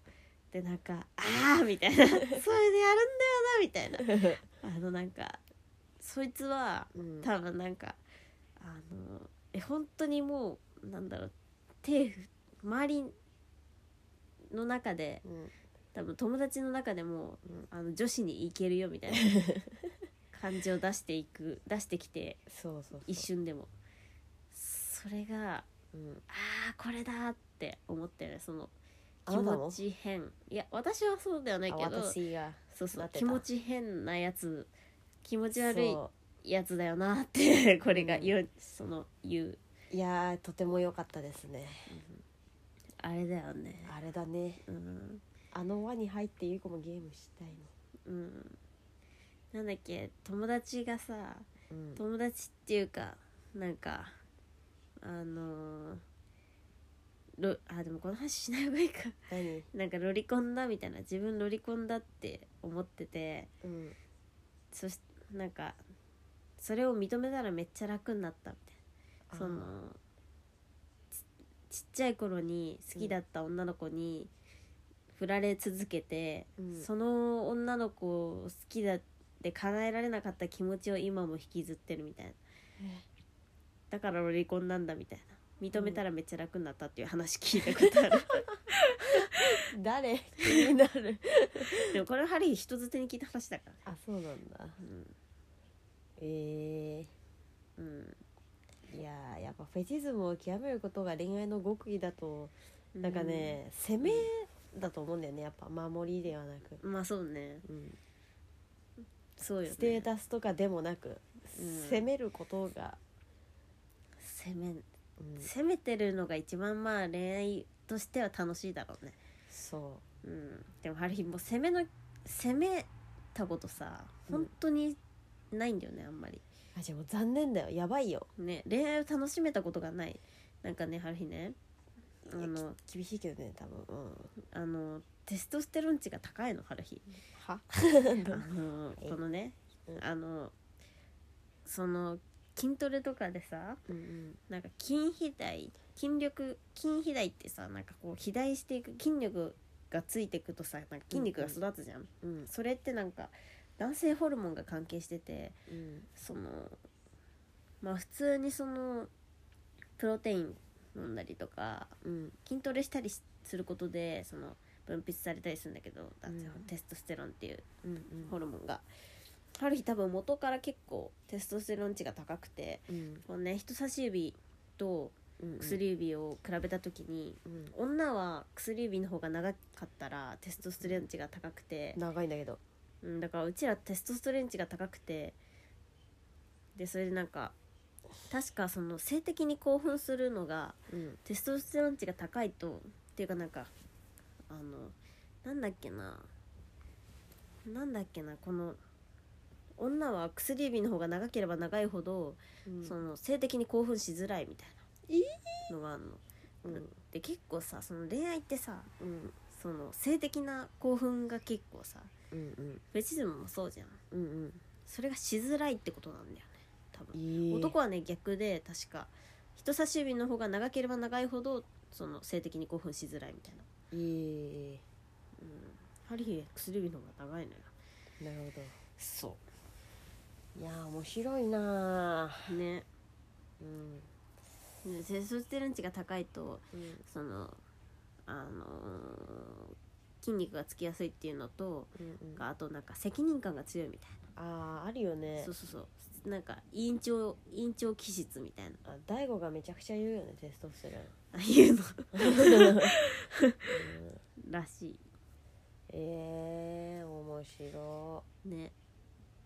でなんか「ああ」みたいな「それでやるんだよな」みたいなあのなんかそいつは
うん
多分なんかあのえ本当にもうなんだろう手振周りの中で
うん
多分友達の中でも、
うん
あの女子に行けるよ
[LAUGHS]
みたいな感じを出していく出してきて
[LAUGHS] そうそうそう
一瞬でもそれが
うん
あーこれだって思ったよねその
あ
気
なた
持
も
ち変いや私はそうではない
あ
けど
私が
そうそ
な
う
ってた
気持ち変なやつ気持ち悪い
そ
やつだよなってこれが
うん
言う、その言う
ういやーとても良かったですね
あれだよね
あれだね
うん、
あの輪に入ってゆう子もゲームしたいの
うん、なんだっけ友達がさ
うん
友達っていうかなんかあのーロあでもこの話しない方がいいか [LAUGHS]
何
なんかロリコンだみたいな自分ロリコンだって思ってて
うん
そしなんかそれを認めたらめっちゃ楽になったみたい
あー
なそのちちっちゃい頃に好きだった女の子に振られ続けて、
うん
その女の子を好きだって叶えられなかった気持ちを今も引きずってるみたいなだからロリコンなんだみたいな認めたらめっちゃ楽になったっていう話聞いたこ
[LAUGHS]
とある、
誰気になる
でもこれはハリー人づてに聞いた話だからね
[LAUGHS] あそうなんだ
うん
え
うん
ー、いやーやっぱフェチズムを極めることが恋愛の極意だとなんかね、攻めだと思うんだよねやっぱ守りではなく、
まあそうね
うん
そうよね
ステータスとかでもなく、
うん
攻めることが、
攻め
うん、
攻めてるのが一番まあ恋愛としては楽しいだろうね
そ
うんでもハリーもう攻めの攻めたことさ
うん
本当にないんだよねあんまり
うあじゃあもう残念だよやばいよ
ね恋愛を楽しめたことがないなんかねハリーねあの
厳しいけどね多分うん
あのテストステロン値が高いのハルヒ
は
あの
え
このね
うん
あのその筋トレとかでさ
うんうん
なんか筋肥大筋力筋肥大ってさなんかこう肥大していく筋力がついていくとさなんか筋肉が育つじゃん、
うん
それってなんか男性ホルモンが関係してて
うん
そのまあ普通にそのプロテイン飲んだりとか
うん
筋トレしたりしすることでその分泌されたりするんだけど男性ホルモン
うん
テストステロンっていう
うん
ホルモンが、ある日多分元から結構テストステロン値が高くて
うん
この、ね、人差し指と
うん
薬指を比べた時に、
うん
女は薬指の方が長かったらテストステロン値が高くて、
長いんだけど
うん、だからうちらテストストレン値が高くてでそれでなんか確かその性的に興奮するのが
うん
テストステロン値が高いとっていうかなんかあのなんだっけななんだっけなこの女は薬指の方が長ければ長いほど、
うん
その性的に興奮しづらいみたいなのがあるの。
うん
で結構さその恋愛ってさ
うん
その性的な興奮が結構さ
うんうん
フェチズムもそうじゃん。
うん
それがしづらいってことなんだよね多
うん
分、
いい
男はね逆で確か人差し指の方が長ければ長いほどその性的に興奮しづらいみたいな、
いい
うん、針薬指の方が長いのよ
なるほ
そ
どいやー面白いな
うね
ーうん
でテストステロン値が高いと
うん
そのあのー筋肉がつきやすいっていうのと
うんうん
あとなんか責任感が強いみたい
あーあるよ
な
ね
そうそうそうなんか委員長委員長気質みたいな
あ大悟がめちゃくちゃ言うよねテストステロン
ああいうの [LAUGHS]
うん
らしい
えー面白
ね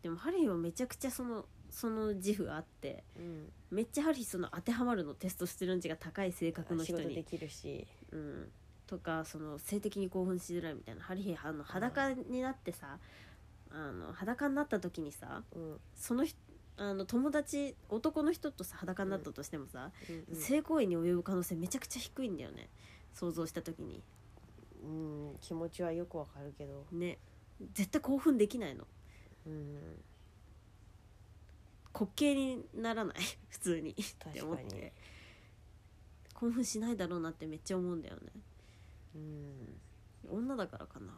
でもハリーはめちゃくちゃそのその自負があって
いうん
めっちゃハリーその当てはまるのテストステロン値が高い性格の
仕
人
事で
に、
きるし
うん、とかその性的に興奮しづらいみたいなハリーあの裸になってさあの裸になった時にさ
うんうん
その人あの友達男の人とさ裸になったとしてもさ、
うん
性行為に及ぶ可能性めちゃくちゃ低いんだよね想像した時に
うん気持ちはよくわかるけど
ね絶対興奮できないの
うん
滑稽にならない [LAUGHS] 普通にって思っ
確かに
て興奮しないだろうなってめっちゃ思うんだよね
うん
女だからかな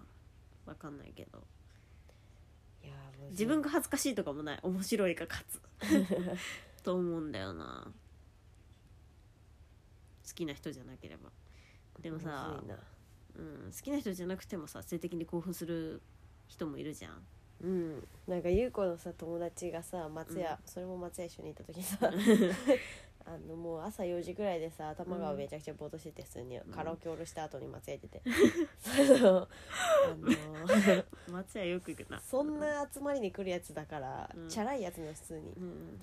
わかんないけど
いやーむずい
自分が恥ずかしいとかもない面白いが
[LAUGHS]
勝つと思うんだよな好きな人じゃなければでもさ
むずいな
うん、好きな人じゃなくてもさ性的に興奮する人もいるじゃん
うん、なんか優子のさ友達がさ松屋、
うん
それも松屋一緒にいた時
[LAUGHS]
にさあのもう朝4時ぐらいでさ頭がめちゃくちゃぼーっとしてて普通にカラオケおろした後に松屋
[LAUGHS]
行ってて、そのあの
松屋よく行くな
そん、な集まりに来るやつだから、
うん
チャラいやつの普通に
うん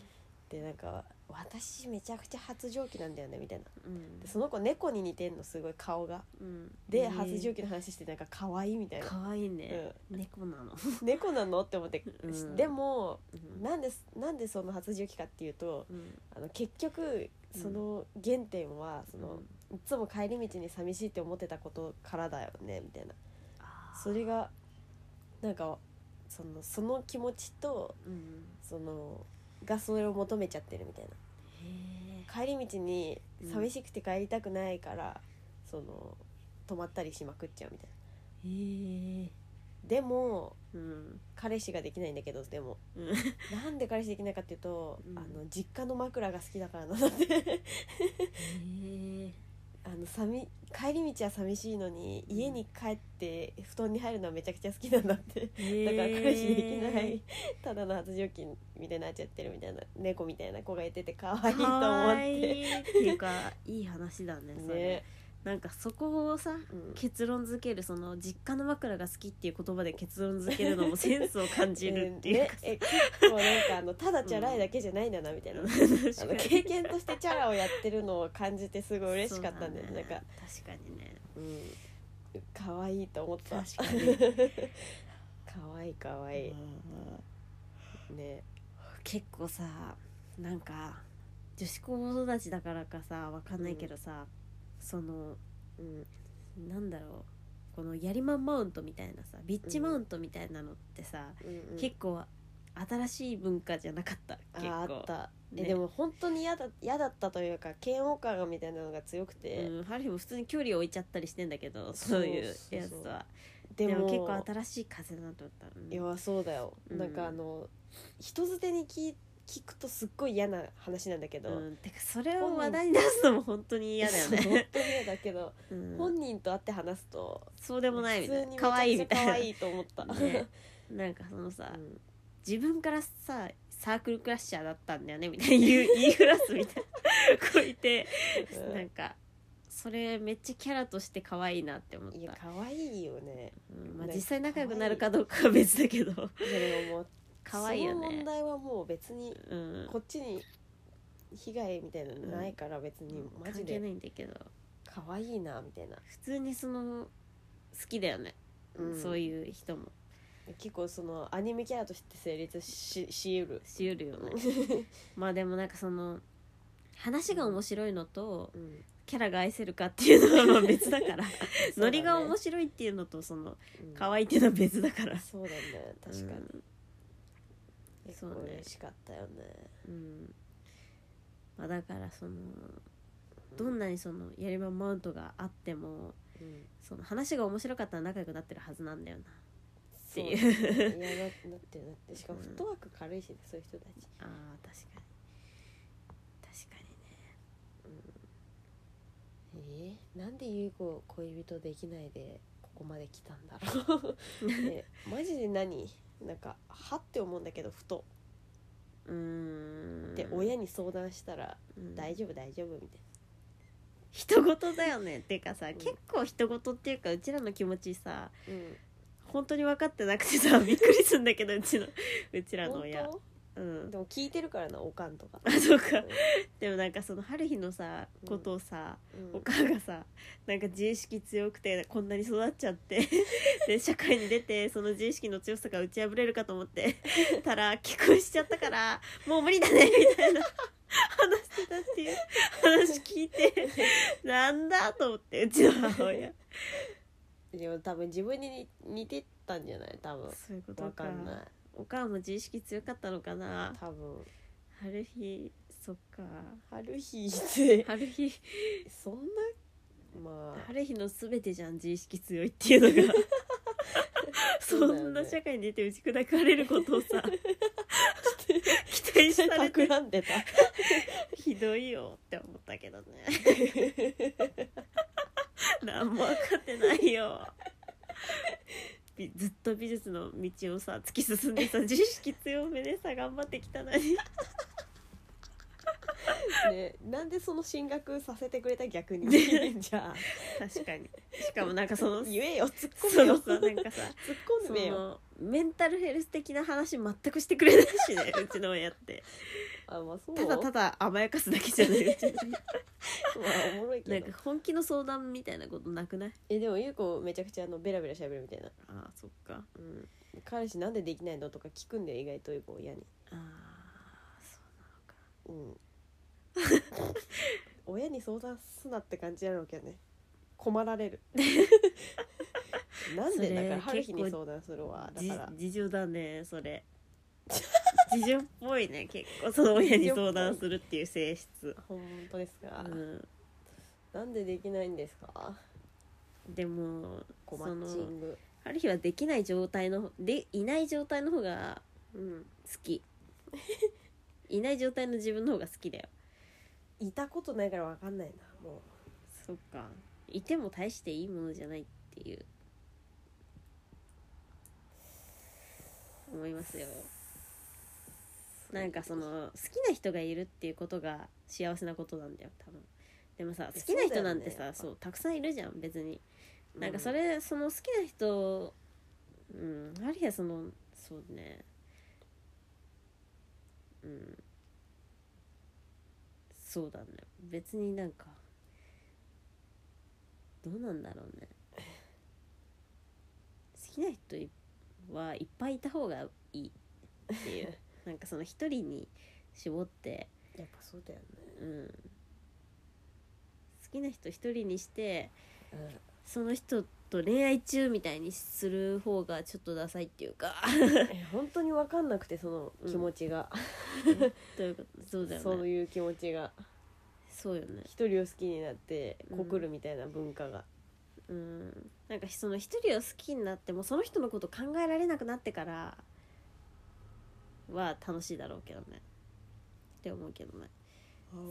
でなんか「私めちゃくちゃ発情期なんだよね」みたいな
うん
でその子猫に似てんのすごい顔が
うん、
で、
ね
発情期の話してなんか可愛いみたいな
可愛いね、猫なの、
猫なのって思って、
うん
でも
うん
なんですなんでその発情期かっていうと
うん
あの結局その原点はその、
うん
いつも帰り道に寂しいって思ってたことからだよねみたいなそれがなんかそのその気持ちと
うん
そのがそれを求めちゃってるみたいな
へ
帰り道に
うん
寂しくて帰りたくないから、その泊まったりしまくっちゃうみたい
えへえ
なでも
うん
彼氏ができないんだけどでも
うん
[LAUGHS] なんで彼氏できないかっていうと、
うん
あの実家の枕が好きだからなんだって
へえ
[LAUGHS] あの寂帰り道は寂しいのに
うん
家に帰って布団に入るのはめちゃくちゃ好きなんだってだ
だ
から彼氏できない、ただの発情期みたいになっちゃってるみたいな猫みたいな子がいてて可愛いと
か
思っ
わ
て
いいっていうかいい話だねそれ
ね、
なんかそこをさ
うん
結論付けるその実家の枕が好きっていう言葉で結論付けるのもセンスを感じるっていうか
ね、え結構なんかあのただチャラいだけじゃないんだなみたいな、あの経験としてチャラをやってるのを感じてすごい嬉しかったんだよね
そう
な
だ
んか、
確かにね
うん、可愛いと思った
確かに
[LAUGHS] 可愛い可愛いね
結構さなんか女子高育ちだからかさわかんないけどさ、その
うん
なんだろうこのやりまんマウントみたいなさビッチマウントみたいなのってさ、
うんうん
結構新しい文化じゃなかった結構
ああった、え
ね
でも本当に嫌だ嫌だったというか嫌悪感みたいなのが強くて、
うん、ハリーも普通に距離を置いちゃったりしてんだけどそういう
そう
や
そう
つ
そう
とは
でも
結構新しい風だなと思った、うん
いやそうだよ、
うん
なんかあの人づてに聞聞くとすっごい嫌な話なんだけど、
うん、てかそれを話題に出すのも本当に嫌だよ
そう
ね
本、当に嫌だけど
うん
本人と会って話すと
そうでもないみたいな
普通にめちゃくちゃ
可愛いみたい
可
な
愛いと思った、 [LAUGHS]
ね [LAUGHS] なんかそのさ、
うん
自分からさサークルクラッシャーだったんだよねみたいな [LAUGHS] 言う言いふらすみた
[LAUGHS]
いな子いて、
うん
なんかそれめっちゃキャラとして可愛いなって思っ
いや
た、
可愛いよね
うんまあ、
ね
実際仲良くなるかどうかは別だけど
いやでももう
可愛いよ
その問
ね
題はもう別に
うん
こっちに被害みたいなのないから別に、マジ
関係
で
ないんだけど
可愛いなみたいな、
普通にその好きだよね、そう
い
いう人も
う結構そのアニメキャラとして成立しし得る、
[LAUGHS] しうるよねまあでもなんかその話が面白いのと
うん
キャラが愛せるかっていうのはまあ別だからノリが面
白
白いっていうのとその
い、うん
可愛いっていうのは別だから
そうだね確かに、結構
そうね
嬉しかったよね
うん、うんまあ、だからそのどんなにそのやりまんマウントがあっても
うん
その話が面白かったら仲良くなってるはずなんだよなっ
そ
て
う
い
いうういや [LAUGHS] ななってるなってしかもフットワーク軽いしね、そういう人たち
あー確かに確かにね
えー、なんで優子恋人できないでここまで来たんだろ
[LAUGHS]
う、ね、マジで何なんかはって思うんだけどふと
うーん
で親に相談したら
うん
「大丈夫大丈夫」みたい
人事だよねっていうかさ、
ん
結構人事っていうかうちらの気持ちさ
な、
本当に分かってなくてさびっくりするんだけどうちのうちらの親
本
う
当
ん
でも聞いてるからなおかんとか
[LAUGHS] あそうか
う
でもなんかその春日のさ
うん
ことをさ、
ん
お母がさなんか自意識強くてこんなに育っちゃって
[LAUGHS]
で社会に出てその自意識の強さが打ち破れるかと
[LAUGHS]
思ってたら結婚しちゃったからもう無理だねみたいな話してたっていう話聞いてなんだと思ってうちの母
[LAUGHS]
親
でも多分自分に似てたんじゃない多分
そういうこと
わ
か
かんない
お母も自意識強かったのかな
多分
春日そっか
春日って
春日
そんなまあ
春日の全てじゃん自意識強いっていうの [LAUGHS] が
そう
そ
だよね
んな社会に出て打ち砕かれることを [LAUGHS] さ期待 [LAUGHS] されて
企んでた
ひどいよって思ったけどね [LAUGHS] 何も分かってないよびずっと美術の道をさ突き進んでさ自意識強めでさ頑張ってきたのに
ね、なんでその進学させてくれた逆に [LAUGHS] じゃあ
確かにしかもなんかその
言えよ突っ込
そ
めよ
のさなんかさ
突っ込
そ
んでめよ
のメンタルヘルス的な話全くしてくれない
[LAUGHS]
しねうちの親って
あまあそう
ただただ甘やかすだけじゃな
[LAUGHS]
いうちの
まあおもろい
な
け
ん
ど
か本気の相談みたいなことなくない
えでもゆうこめちゃくちゃあのベラベラしゃべるみたいな、
ああそっか
うん、彼氏なんでできないのとか聞くんだよ意外とゆうこ親に、
[LAUGHS] ああそ
うん、親に相談すなって感じやろうけどね困られ
[LAUGHS]
るなんでだから
そ
春
れ
日に相談するわだ
じ
から
自助だね
[LAUGHS]
それ自助っぽいね結構その親に相談するっていう性質
本当ですか、
うん
なんでできないんですか
でも
こうマッチング
ある日はできない状態のでいない状態の方が
うん
好
[LAUGHS]
きいない状態の自分の方が好きだよ
いたことないからわかんないなも
そっかいても大していいものじゃないっていう思いますよ
う
なんかその好きな人がいるっていうことが幸せなことなんだよ多分でもさ好きな人なんて
そうだよねやっ
さ
ぱ
そう,、たくさんいるじゃん別に
う
なんかそれ、その好きな人うんあるいはそのそうねうんそうだね別になんかどうなんだろうね好きな人いはいっぱいいた方がいいっていうなんかその一人に絞って
やっぱそうだよね、
うん好きな人一人にして
うん
その人と恋愛中みたいにする方がちょっとダサいってい
[LAUGHS]
うか [LAUGHS]
え本当に分かんなくてその気持ちが、
ということそうだよね
そういう気持ちが
そうよね
一人を好きになって
うん
告るみたいな文化が、
うんなんかその一人を好きになってもその人のこと考えられなくなってからは楽しいだろうけどねって思うけどね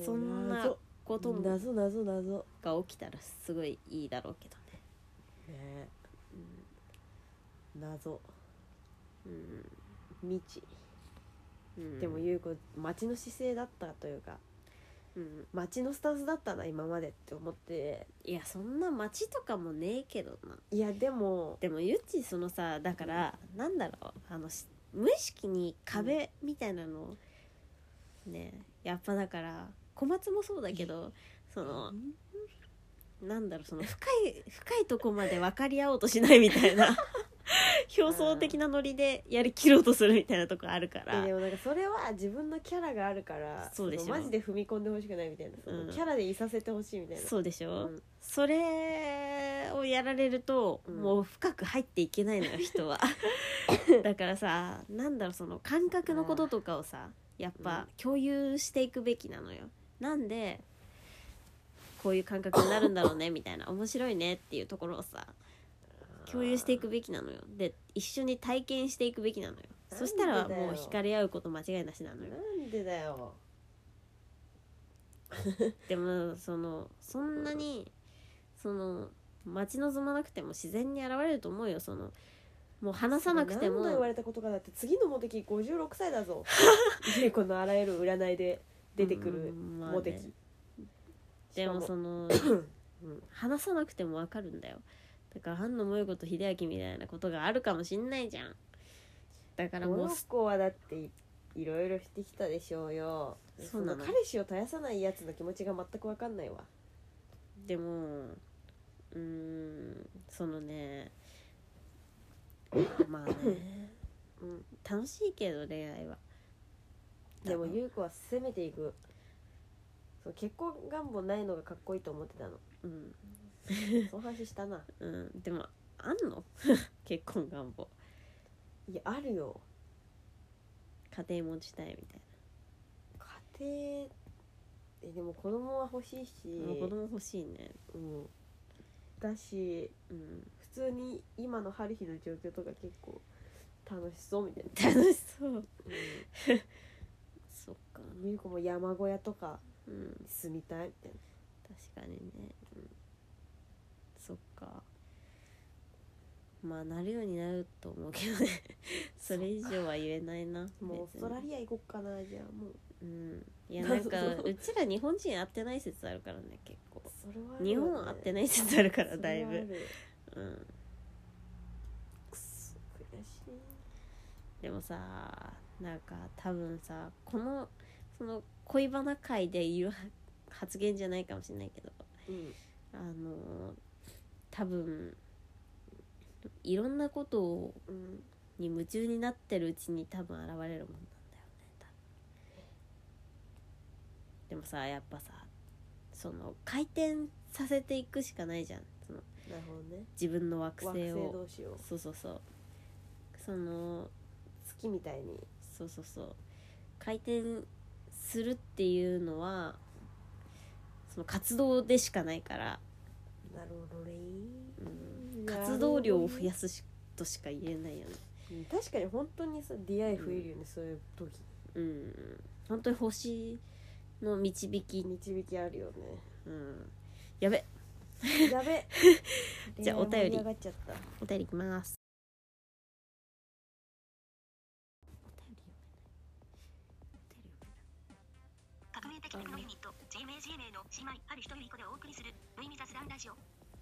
そんな
謎
ことが
謎謎謎
起きたらすごいいいだろうけどね
ね謎
うん
未知、
うん
でも優子町の姿勢だったというか
うん、
町のスタンスだったな今までって思って
いやそんな街とかもねえけどない
やでも
でもゆっちそのさだから、なんだろうあのし無意識に壁みたいなのを、ねやっぱだから小松もそうだけどそのなんだろうその深い深いとこまで分かり合おうとしないみたい [LAUGHS] な表層的なノリでやりきろうとするみたいなとこあるから、
えでもなんかそれは自分のキャラがあるから
そうでしょ
のマジで踏み込んでほしくないみたいなその
うん
キャラでいさせてほしいみたいな、
そうでしょ、
うん
それをやられると、
うん
もう深く入っていけないのよ
[LAUGHS]
人はだからさなんだろうその感覚のこととかをさやっぱ共有していくべきなのよなんでこういう感覚になるんだろう
[LAUGHS]
ねみたいな面白いねっていうところをさ共有していくべきなのよで一緒に体験していくべきなのよそし
な
たら
んでだよ
もう惹かれ合うこと間違いなしなのよ
なんでだよ
でもそのそんなにその待ち望まなくても自然に現れると思うよそのもう話さなくても
何度言われたことかだって次のモテ期56歳だ
[LAUGHS]
ぞ優子のあらゆる占いで出てく
う
る
んまあね
モテ期、
でも
しか
そ
う
の
ん
話さなくてもわかるんだよだから庵野萌子と秀明みたいなことがあるかもしんないじゃんだから
こ
もう
の子はだっていいろいろしてきたでしょうよ
そうなの
の彼氏を絶やさないやつの気持ちが全く分かんないわ
でもうーんそのねまあね、うん、楽しいけど恋愛は
でも
多分
優子は攻めていくそう結婚願望ないのがかっこいいと思ってた
[LAUGHS]
の
うん
その話したな
うんでもあんの [LAUGHS] 結婚願望
いやあるよ
家庭持ちたいみたい
家庭えでも子供は欲しいし、
な、もう子供欲しいね
うん、だし
うん
普通に今の春日の状況とか結構楽しそうみたいな
楽しそうそっか
優子も山小屋とか
うん
住みたいみたいな
確かにね、うん、そっかまあなるようになると思うけど [LAUGHS] ねそれ以上は言えないな
もうオース
別
ト
に
ラリア行こっかなじゃあもう
うんいや [LAUGHS] なんかうちら日本人合ってない説あるからね結構
それはあるよね、
日本合ってない説あるから
そ
だ
れ
い
はある
ぶうん
くそ悔しい
でもさなんか多分さこのその恋バナ会で言うは発言じゃないかもしれないけど
うん
あの多分いろんなことを
うん
に夢中になってるうちに多分現れるもんなんだよね多分でもさやっぱさその回転させていくしかないじゃんその
なるほどね
自分の惑
惑
星
星
を
同士を
そうそうそうその
月みたいに
そうそうそう回転するっていうのはその活動でしかないから、
なるほどね
うん、
なるほどね
活動量を増やすしとしか言えないよね
うん確かに本当にさ出会い増えるよね、そういう時
うん本当に星の導き、
導きあるよ
[LAUGHS] うん、やべ
ねやべ
じゃあお便り
恋愛盛上がっちゃった
お便りいきます
革命的テクノユニット GMAGMA の姉妹ある一人いい子でお送りする無意味雑談ラジオ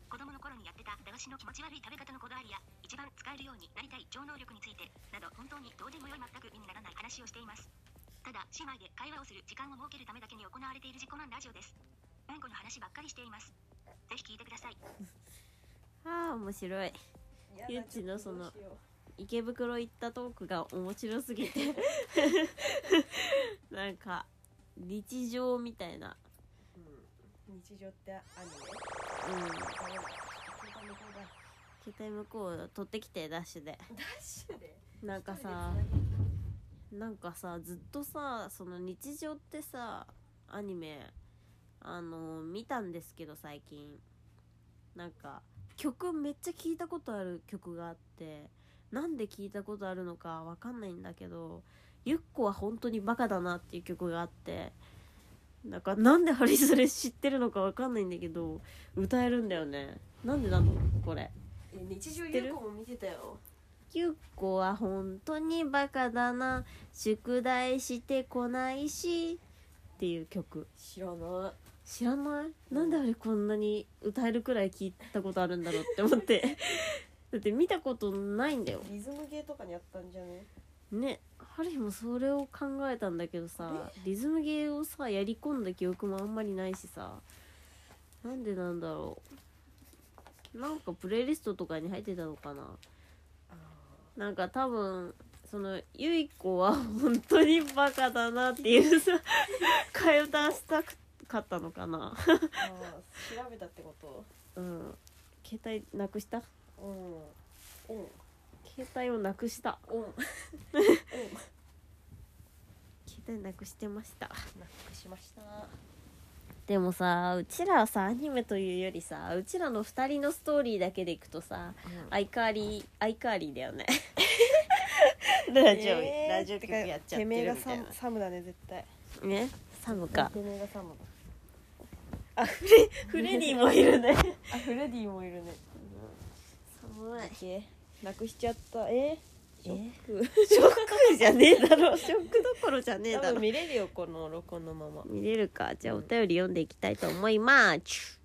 子供の頃にやってた駄菓子の気持ち悪い食べ方のこだわりや一番使えるようになりたい超能力についてなど本当にどうでもよい全く身にならない話をしていますただ姉妹で会話をする時間を設けるためだけに行われている自己満ラジオですうんこの話ばっかりしていますぜひ聞いてください
あー面白いゆっちのその池袋行ったトークが面白すぎて [LAUGHS] なんか日常みたいな、
うん日常ってあるね
う
ダ
ん、
メだ携帯の方が
携帯向こう取ってきてダッシュで
ダッシュで
なんかさなんかさずっとさその日常ってさアニメあの見たんですけど最近なんか曲めっちゃ聞いたことある曲があってなんで聞いたことあるのかわかんないんだけどゆっこは本当にバカだなっていう曲があってなんかなんでハリそれ知ってるのかわかんないんだけど歌えるんだよねなんでなのこれ
え日常
知ってる
ゆうこも見てたよ
ゆっこは本当にバカだな宿題してこないしっていう曲
知らない
知らないなんであれこんなに歌えるくらい聞いたことあるんだろうって思ってだって見たことないんだよ
リズムゲーとかにあったんじゃね
ねハリーもそれを考えたんだけどさリズムゲーをさやり込んだ記憶もあんまりないしさなんでなんだろうなんかプレイリストとかに入ってたのかななんか多分そのゆい子は本当にバカだなっていう [LAUGHS] さ替え歌したかったのかな
ああー調べたってこと
うん携帯なくした
うんうん
携帯をなくした
うんうん
[LAUGHS] 携帯なくしてました
納得しました
でもさうちらはさアニメというよりさうちらの2人のストーリーだけでいくとさアイカーリーアイカーリーだよね [LAUGHS] ラジオ、
えー
ラジオ局やっちゃってるみ
て
た
かてめえ
い
がサムサムだね絶対
なねサムか
てめえがサムだ
あフレフレディもいるね
あフレディもいるね
寒い
えなくしちゃったえショック
ショックじゃねえだろショックどころじゃねえだ
多
ろ
分見れるよこの録音のまま
見れるかじゃあお便り読んでいきたいと思います、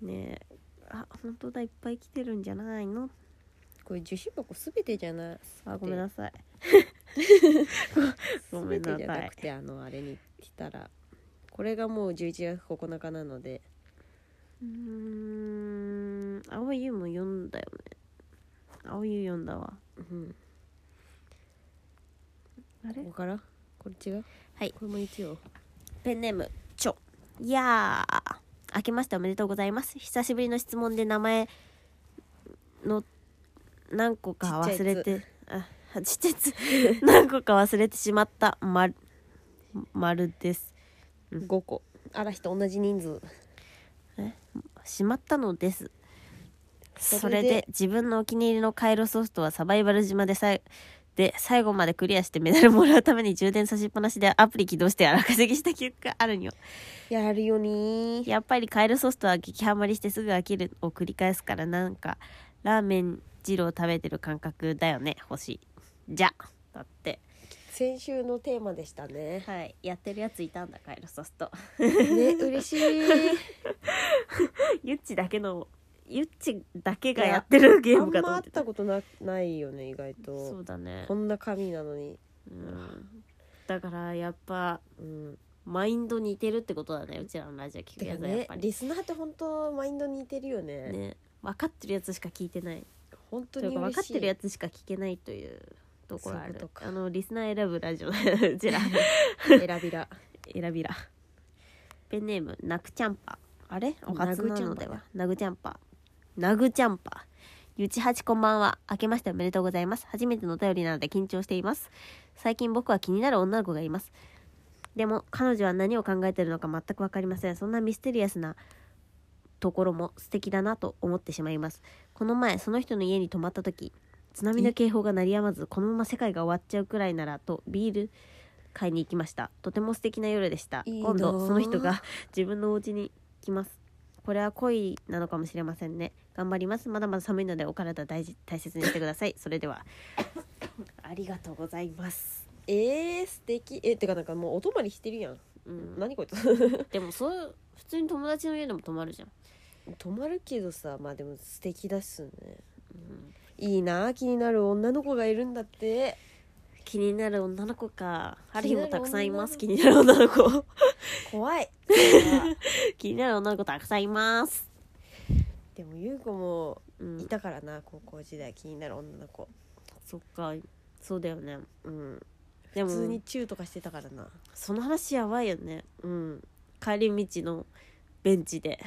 ねえあ本当だいっぱい来てるんじゃないの
これ樹脂箱すべてじゃない
あごめんな [LAUGHS] さいごごめんな
全
さい
てじゃなくてあのあれに来たらこれがもう11月9日なので
うーん青い湯も読んだよね青い湯読んだわ
うん
あれ
ここからこれ違う
はい
これも一応
ペンネームちょいやー明けましておめでとうございます久しぶりの質問で名前の何個か忘れてあちっちゃいつ [LAUGHS] 何個か忘れてしまったまるまるです
5個嵐と同じ人数
しまったのですそ
それ
れ
で
で自分のお気に入りのカイロソフトはサバイバル島でさいで最後までクリアしてメダルもらうために充電さしっぱなしでアプリ起動して荒稼ぎした記憶があるによ
やるよね
やっぱりカエルソースとは激ハマりしてすぐ飽きるを繰り返すからなんかラーメン汁を食べてる感覚だよね星じゃだって
先週のテーマでした
[LAUGHS]
ね
はいやってるやついたんだカエルソースと
ね嬉しい
ゆっちだけのゆっちだけがやってるゲー
あん
ムかと
ま
思
会
っ
って
た
たことなないよね意外
そ
と
うだね
こんな神なのに
うんだからやっぱ
うん
マインド似てるってことだねうちらのラジオ聞く
て
や
か
つはやっ
ね
ぱり
リスナーって本当マインドに似てるよね
ね分かってるやつしか聞いてない
本当
とい
に
うか
嬉しい
分かってるやつしか聞けないというところあ
そういう
る
ことか
あのリスナー選ぶラジオうちら
[LAUGHS] 選びら
選びらペンネームナクチャンパあれおか
ナ
つ
グ
な
チャンパ
のではナグチャンパナグチャンパゆちはちこんばんは明けましておめでとうございます初めてのお便りなので緊張しています最近僕は気になる女の子がいますでも彼女は何を考えてるのか全くわかりませんそんなミステリアスなところも素敵だなと思ってしまいますこの前その人の家に泊まった時津波の警報が鳴りやまずこのまま世界が終わっちゃうくらいならとビール買いに行きましたとても素敵な夜でした
いいなあ
今度その人が [LAUGHS] 自分のお家に来ますこれは恋なのかもしれませんね頑張りますまだまだ寒いのでお体大事大切にしてくださいそ [LAUGHS] れではありがとうございます、
[LAUGHS] えー、素敵えってかなんかもうお泊まりしてるやん
うん、
何こいつ [LAUGHS]
でもそう普通に友達の家でも泊まるじゃん、
泊まるけどさまあでも素敵だっすねいいな気になる女の子がいるんだって
気になる女の子かある日もたくさんいます
気
気になる女の子 [LAUGHS]
怖い
気になる女の子たくさんいます、
でも優子も
うん
いたからな高校時代気になる女の子
そっかそうだよね
うん
でも
普通にチューとかしてたからな
その話やばいよね
うん
帰り道のベンチで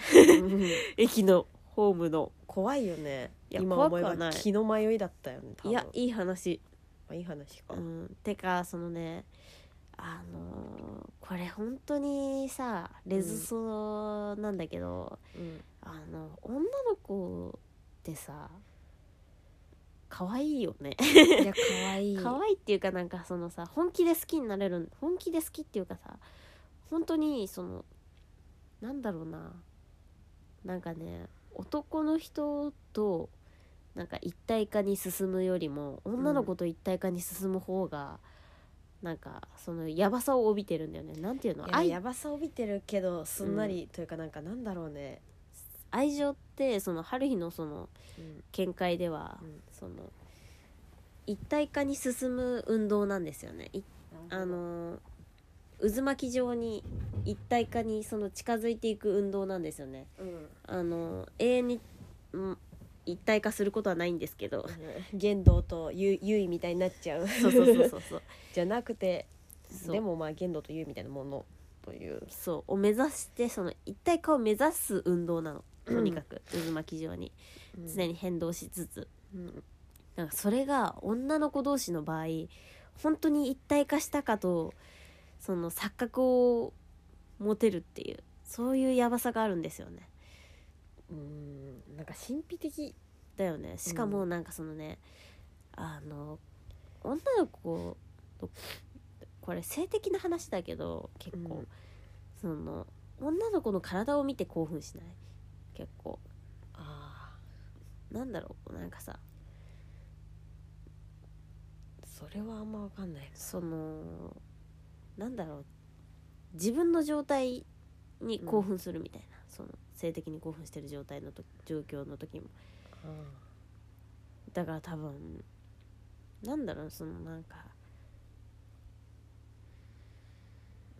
[LAUGHS] 駅のホームの
怖いよね
いや
今思え
怖くは
ば
ない
気の迷いだったよね多分
いやいい話
まあいい話か、
うんてかそのねあのーこれ本当にさレズソなんだけど、
うん
あの女の子ってさ可愛いよね
いや可愛い
[LAUGHS] 可愛いっていうかなんかそのさ本気で好きになれる本気で好きっていうかさ本当にそのなんだろうななんかね男の人となんか一体化に進むよりも女の子と一体化に進む方が、なんかそのやばさを帯びてるんだよねなんていうの
いや
愛
やばさ帯びてるけどすんなり、というかなんかなんだろうね、
愛情ってその春日のその
うん
見解では、
うん
その一体化に進む運動なんですよね一あの渦巻き状に一体化にその近づいていく運動なんですよね。
うん
あの永遠に、うん、一体化することはないんです
[LAUGHS]
けど
言動とゆゆいみたいになっちゃう
そうそうそうそうそう
[LAUGHS] じゃなくて
そう
でもまあ言動とゆいみたいなものという
そうを目指してその一体化を目指す運動なのとにかく、渦巻き状に常
に、
に変動しつつ
うん
なんかそれが女の子同士の場合本当に一体化したかとその錯覚を持てるっていうそういうやばさがあるんですよね。
うんなんか神秘的
だよねしかもなんかそのね、あの女の子とこれ性的な話だけど結構、
うん
その女の子の体を見て興奮しない結構
あ
なんだろうなんかさ
あそれはあんまわかんない
そのなんだろう自分の状態に興奮するみたいな、その性的に興奮してる状態のと状況の時もだから多分なんだろうそのなんか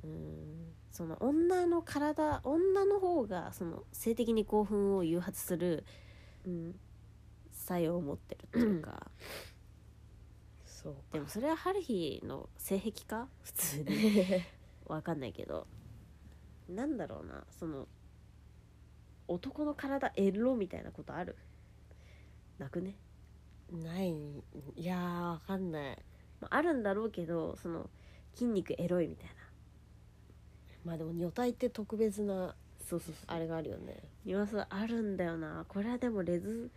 うーんその女の体女の方がその性的に興奮を誘発する
うん
作用を持ってるというか、
そう
でもそれは春日の性癖か普通にわかんないけどなんだろうなその男の体エロみたいなことあるなくね
[LAUGHS] ないいやーわかんない
まああるんだろうけどその筋肉エロいみたいな
まあでも女体って特別な
そうそうそう
あれがあるよね
ニュアンスあるんだよなこれはでもレズ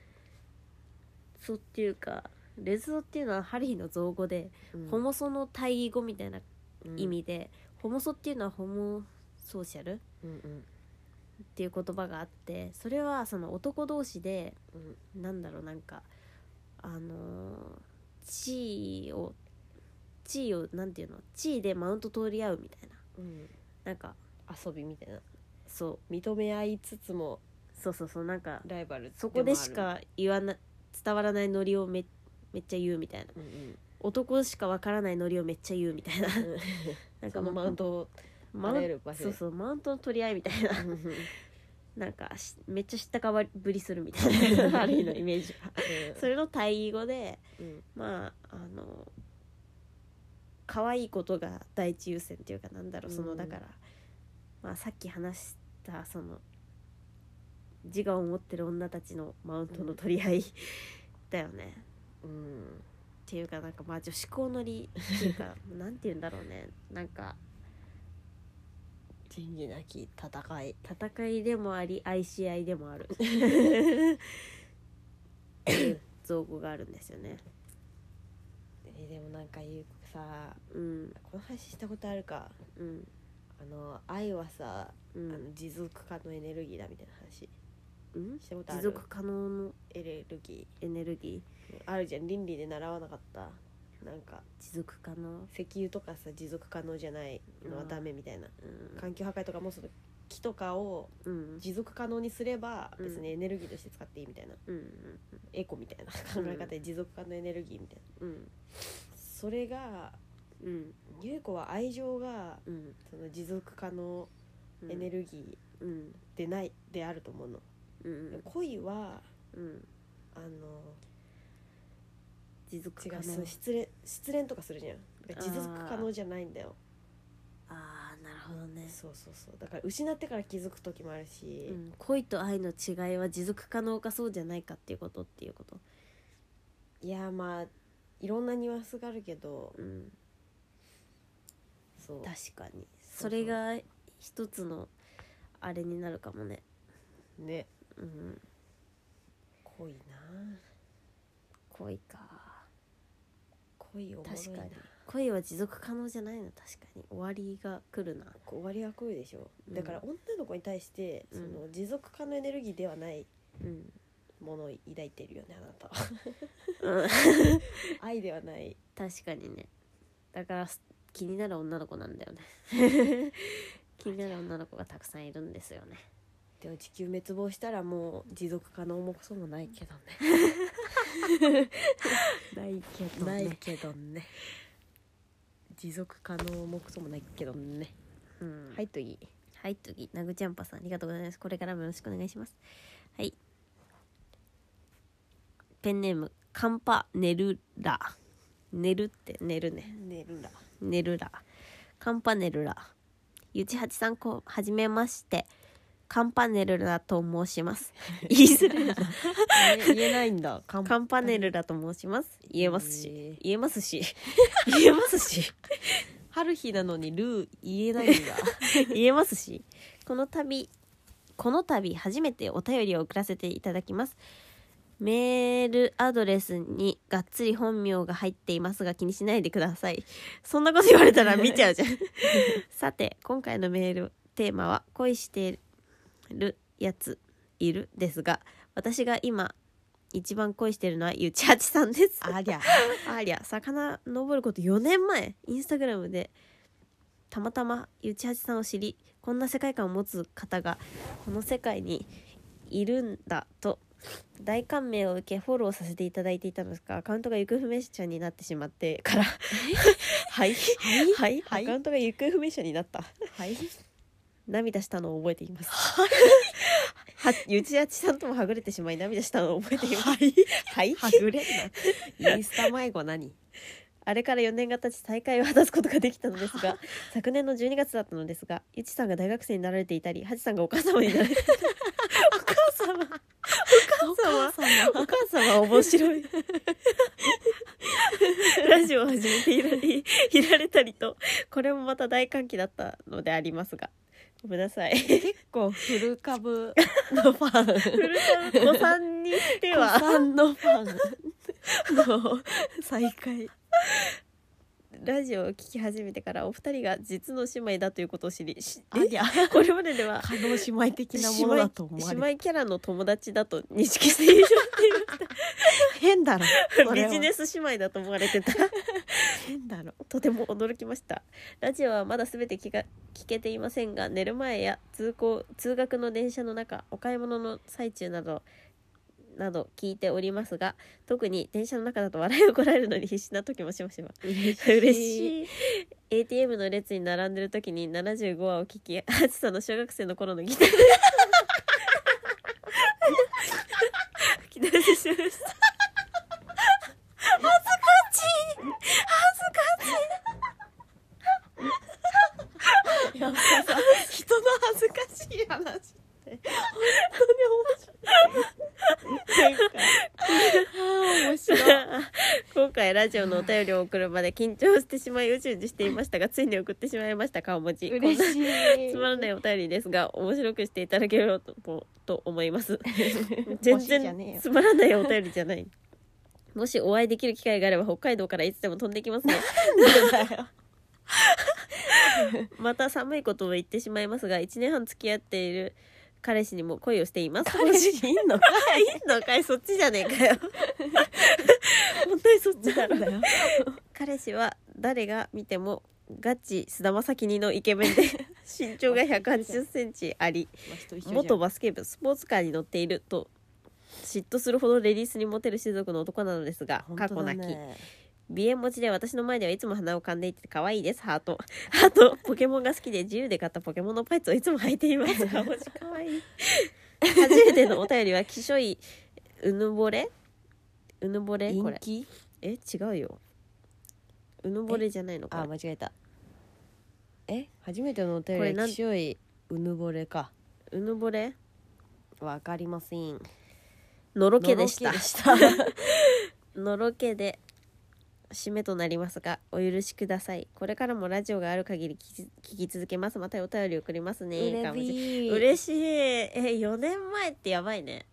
ソっていうかレズソっていうのはハリーの造語で、ホモソの対義語みたいな
うん
意、味で、ホモソっていうのはホモソーシャルっ
うんうん
ていう言葉があってそれはその男同士で
うん
なんだろうなんかあのー地位を地位をなんていうの地位でマウント取り合うみたいな
うん、
なんか
遊びみたいな
そう
認め合いつつも
そうそうそうなんか
ライバル
そこでしか言わな伝わらないノリをめめっちゃ言うみたいな
でもある、うん
男しかわからないノリをめっちゃ言うみたいな
うん、
なん
そ
か
のマウン
ト
トを
マウン
取れる場所 [LAUGHS]
そうそうマウントの取り合いみたいな [LAUGHS]
うんうん
なんかしめっちゃ知ったかぶりするみたいなある日のイメージがそれの対義語で
うん
まああの可愛いことが第一優先っていうかなんだろうそうの
ん
だからまあ、さっき話したその自我を持ってる女たちのマウントの取り合いだよね。
うん
っていうかなんかまあ女子校乗りっていう
[LAUGHS]
かなんて言うんだろうねなんか
仁義なき戦い
戦いでもあり愛し合いでもある造語があるんですよ
え
ね。
ーでもなんかゆうこさ
うん
この話したことあるか
うん
あの愛はさ、
う
あ
ん
の持続可能エネルギーだみたいな話
うん
したことあ
持
る
続可能の
エネルギ
エネルギ
ーあるじゃん倫理で習わなかったなんか
ー持続可能、
石油とかさ持続可能じゃないのはダメみたいな
うん
環境破壊とかもその木とかを
うん
持続可能にすれば
うん
別にエネルギーとして使っていいみたいな、
うん
エコみたいな考え方で持続可能エネルギーみたいな
うん
それが
うん
ゆう子は愛情が
うん
その持続可能エネルギ
うん
ーでない、であると思うの
うん
恋は
うん
あの
持続
違
可
う
能
そう失恋失恋とかするじゃんだから持続
あー
可能じゃないんだよ
ああなるほどね、
そうそうそうだから失ってから気づく時もあるし、
うん、恋と愛の違いは持続可能かそうじゃないかっていうことっていうこと
いやまあいろんなニュアンスがあるけど
うん
そう
確かに
うそう
それが一つのあれになるかもね
ね
うん
恋な
恋か
恋おもろい
確
な
かに恋は持続可能じゃないの確かに終わりが来るな
終わりは恋でしょ、
うん
だから女の子に対してそ
うん
の持続可能エネルギーではない
うん、
ものを抱いてるよねあなたは
うん、
[LAUGHS] 愛ではない
確かにねだからす気になる女の子なんだよね
[LAUGHS]
気になる女の子がたくさんいるんですよね
でも地球滅亡したらもう持続可能もクソもないけどね
ない
[LAUGHS]
け
ないけどね持続可能もクソもないけどね、
うん
はいといい
はい、次、ナグジャンパさん、ありがとうございます。これからもよろしくお願いします。はい。ペンネーム、カンパネルラ。寝るって、寝るね。
寝るな
寝るら。カンパネルラ。ゆちはちさん、こう、はじめまして。カンパネルラと申
[LAUGHS]
します。言いづらいな。
言えないん [LAUGHS] だカ
カンパネルラと申します。言えます
え
し
ー。
言えま
[LAUGHS]
すし。言えますし。
春日なのにルー言えないんだ
[LAUGHS] 言えますしこの度この度初めてお便りを送らせていただきますメールアドレスにがっつり本名が入っていますが気にしないでくださいそんなこと言われたら見ちゃうじゃ
[LAUGHS]
んさて今回のメールテーマは「恋してるやついる」ですが私が今一番恋してるのはゆちはちさんです
あ [LAUGHS] りゃ
ありゃ魚登ること4年前インスタグラムでたまたまゆちはちさんを知りこんな世界観を持つ方がこの世界にいるんだと大感銘を受けフォローさせていただいていたのですがアカウントが行方不明者になってしまってからはいはい、はい
はい
アカウントが行方不明者になった
はい
涙したのを覚えていますはゆちはちさんともはぐれてしまい涙したのを覚えていますはい
はぐれんなインスタ迷子何
あれから4年が経ち再会を果たすことができたのです [LAUGHS] が昨年の12月だったのですがゆちさんが大学生になられていたりはちさんがお母様になられてお母様お母様お母様面白い [LAUGHS] ラジオを始めていらりいられたりとこれもまた大歓喜だったのでありますがごめんなさい
結構古株のフ [LAUGHS] ァン
古川子さんにして
子
は
さんのファンの再会
ラジオを聞き始めてからお二人が実の姉妹だということを知りし
ありゃ
えこれまででは
可能姉妹的なものだと思わ
姉
れ
妹
る
姉妹キャラの友達だと認識している [LAUGHS]
変だろそれは
ビジネス姉妹だと思われてた
変だろ
[LAUGHS] とても驚きましたラジオはまだ全て聞が聞けていませんが寝る前や通行通学の電車の中お買い物の最中などなど聞いておりますが特に電車の中だと笑いをこらえるのに必死な時もしばしば
嬉
嬉しい ATM の列に並んでる時に75話を聞き暑さの小学生の頃のギター吹き出ししました
人のしい話って面白い
今回ラジオのお便りを送るまで緊張してしまいうじうじしていましたがついに送ってしまいました顔文字
嬉しい
つまらないお便りですが面白くしていただければとと思います全
星じゃねえ
然
よ
つまらないお便りじゃないもしお会いできる機会があれば北海道からいつでも飛んできま
[LAUGHS]
すねまた寒いことを言ってしまいますが1年半付き合っている彼氏にも恋をしています
彼氏いんのか
いいのかいそっちじゃねえ
[LAUGHS]
かよ本当にそっちだろ
よ
彼氏は誰が見てもガチ菅田将暉のイ
[LAUGHS]
ケメンで身長が1 8 0ンチあり元バスケ部スポーツカーに乗っていると嫉妬するほどレディースにモテる種族の男なのですが、過去なき鼻炎持ちで私の前ではいつも鼻を噛んでいて可愛いですハートハートポケモンが好きで自由で買ったポケモンのパイツをいつも履いています [LAUGHS] 顔文字可愛い初めてのお便りはきしょいうぬぼれうぬぼれこれ
気
え違うようぬぼれじゃない
あ
のか
間違えたえ初めてのお便
これ
り
な
は
ん
きしょいうぬぼれか
うぬぼれ
わかりません
のろけでした
のろけでした
[LAUGHS] のろけで締めとなりますがお許しくださいこれからもラジオがある限り聞き聞き続けますまたお便り送りますね
うれ
かもし
びー
嬉しいえ4年前ってやばいね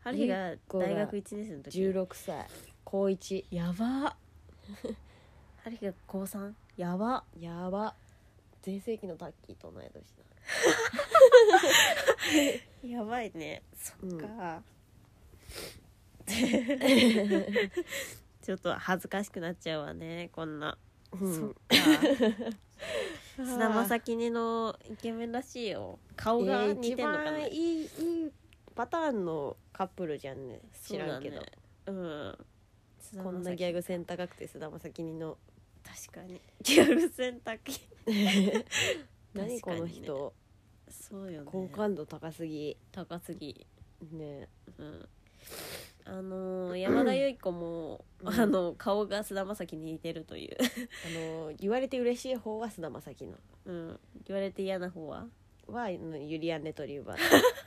春日が大学1年生の時
16歳高一
やば
春日が高3やば
やば全盛期のタッキーと同い年だ
やばいねそっか、 [LAUGHS] ちょっと恥ずかしくなっちゃうわねこんな
うん [LAUGHS]
菅田将暉のイケメンらしいよ顔が
えー
似てんのかな、
一番いいいいパターンのカップルじゃんね知らんけど、
そうだねうん菅田将暉
こんなギャグ線高くて菅田将暉の
確か [LAUGHS] にギャグ選択
何この
確
人、
そうよね
好感度高すぎ
高すぎ
ね
うんあのー山田裕子も、
うん
あの顔が菅田将暉に似てるという、 [LAUGHS]
あの言われて嬉しい方は菅田将暉の
うん、言われて嫌な方は
はあのユリアン・レトリーバー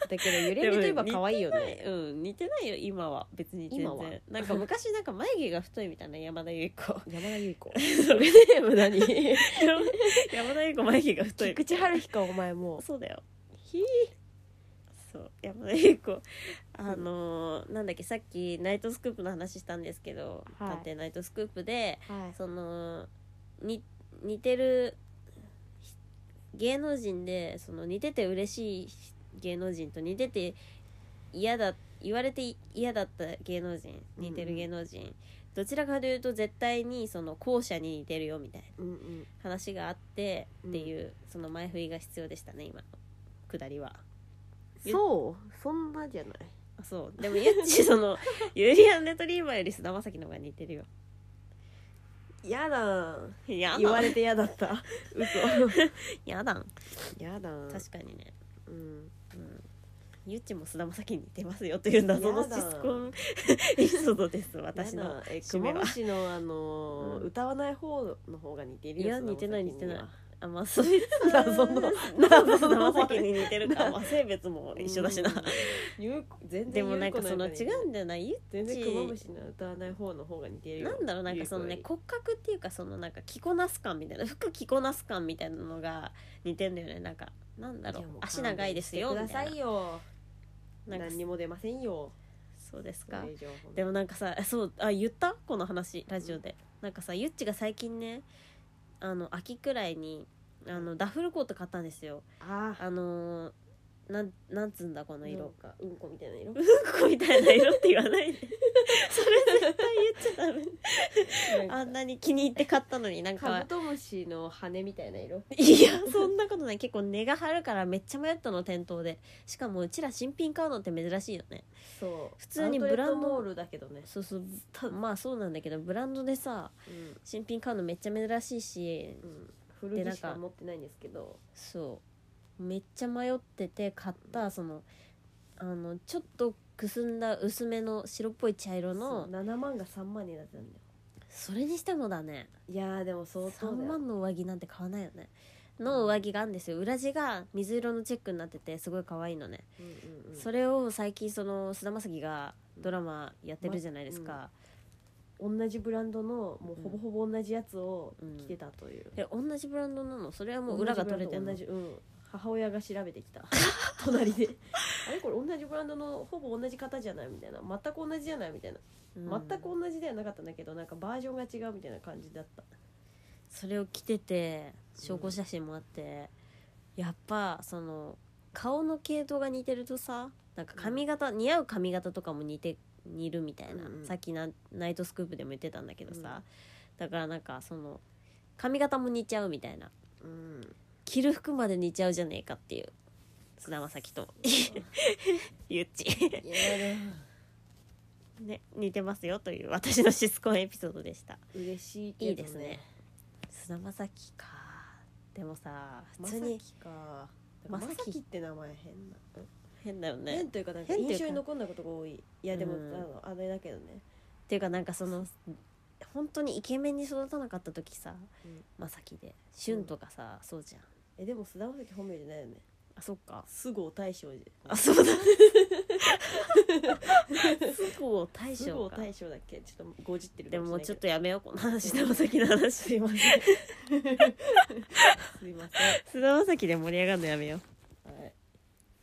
だけどユリアン・レトリーバー可愛いよね
うん似てないよ今は別に全
今は
然なんか昔なんか眉毛が太いみたいな山田裕
[LAUGHS]
子
山田優
[LAUGHS]
子
それ
でも何 [LAUGHS]
山田裕子眉毛が太い
菊池春日かお前も
そうだよひーそう山田裕子あのーなんだっけさっきナイトスクープの話したんですけど「
はい
探偵ナイトスクープで」
はい
そのに似てるひ芸能人でその似てて嬉しいひ芸能人と似てて嫌だ言われて嫌だった芸能人似てる芸能人、どちらかというと絶対にその後者に似てるよみたいな
うんうん
話があってっていう、その前振りが必要でしたね今の下りは
そうそんなじゃない
あそうでもゆっちその [LAUGHS] ユリアン・レトリーバーより菅田将暉の方が似てるよ
やだ
や
言わ
だ
れてやだった嘘
やだん
やだ
確かにね
うん
うんゆっちも菅田将暉に似てますよという謎のシスコン [LAUGHS] エピソードです私
私
の
のえ
締めは
熊虫のあのー
うん
歌わない方の方が似てるよ
いや
菅田
似て
将暉には
ない似てないあまあそい
[LAUGHS]
つ
謎の
[LAUGHS] 謎の菅田将暉に似てるか、まあ、性別も [LAUGHS] 一緒だしな、
うんゆう全然
でもなんか
ゆう
そ
子
の
なんか
違
に
うんだよなゆっ
全然クマム
ち
シの歌わない方の方が似てるよ
なんだろうなんかそのね
ゆう子よ
骨格っていうかそのなんか着こなす感みたいな [LAUGHS] 服着こなす感みたいなのが似てんだよねなんかなんだ
り
ろう
やもう
足長いですよ
勘弁
み
してくだ
た
さ
い
いよ
ななん
何
か
にも出ませんよ
そうですか
それ以上ほんと
でもなんかさそうあ言ったこの話ラジオで、なんかさゆっちが最近ねあの秋くらいにあのダッフルコート買ったんですよ
ああ
あのー、なんなんつうんだこの
なん
色
かうんこみたいな
[LAUGHS]
色
うんこみたいな色って言わないで [LAUGHS] それ絶対
[LAUGHS]
言っちゃダメあんなに気に入って買ったのになん
カブ
か
トムシの羽みたいな色
いや [LAUGHS] そんなことない結構値が張るからめっちゃ迷ったの店頭でしかもうちら新品買うのって珍しいよね
そう
普通にブラ
アウトレ
ンド
ットモールだけどね、
そうそうまあそうなんだけどブランドでさ
うん
新品買うのめっちゃ珍しいし
うん、古着しか持ってないんですけど
そうめっちゃ迷ってて買ったそのあのちょっとくすんだ薄めの白っぽい茶色
そう
の
7万が3万になってたんだよ
それにしてもだね
いやーでも相当だ
3
よ
万の上着なんて買わないよねの上着があるんですよ裏地が水色のチェックになっててすごい可愛いのね、それを最近その菅田将暉がドラマやってるじゃないですか、
同じブランドのもうほぼほぼ同じやつを
うん
着てたという、
え同じブランドなのそれはもう裏が取れてるの
同じブランド同じうん母親が調べてきた [LAUGHS] 隣で [LAUGHS] あれこれ同じブランドのほぼ同じ型じゃないみたいな全く同じじゃないみたいな、
うん
全く同じではなかったんだけどなんかバージョンが違うみたいな感じだった
それを着てて証拠写真もあって、やっぱその顔の系統が似てるとさなんか髪型、似合う髪型とかも似て似るみたいな、
うんうん
さっきなナイトスクープでも言ってたんだけどさ、だからなんかその髪型も似ちゃうみたいな
うん
着る服まで似ちゃうじゃねえかっていう菅田将暉とゆっち
いやでも
ね似てますよという私のシスコンエピソードでした
嬉しいけど、
いいですね菅田将暉かでもさ普
ま
通
さ
に
きかま
ま
さ
さき
きって名前変な、
変だよね
変というかなんか
変というか
印象に残んないことが多いいやでも、
うん
あのあれだけどね
っていうかなんかその本当にイケメンに育たなかった時さ、
うん
まさきで旬とかさ、そうじゃん
えでも菅田将暉褒めてないよね
あそっか
菅生大将じ
あそうだすぐを大
菅
将
生
か
大将だっけちょっとごじってる
でももうちょっと
や
やめようこの話菅田将暉の [LAUGHS] 話すいません
すいませ、
菅田将暉で盛り上がるのやめようん
はい、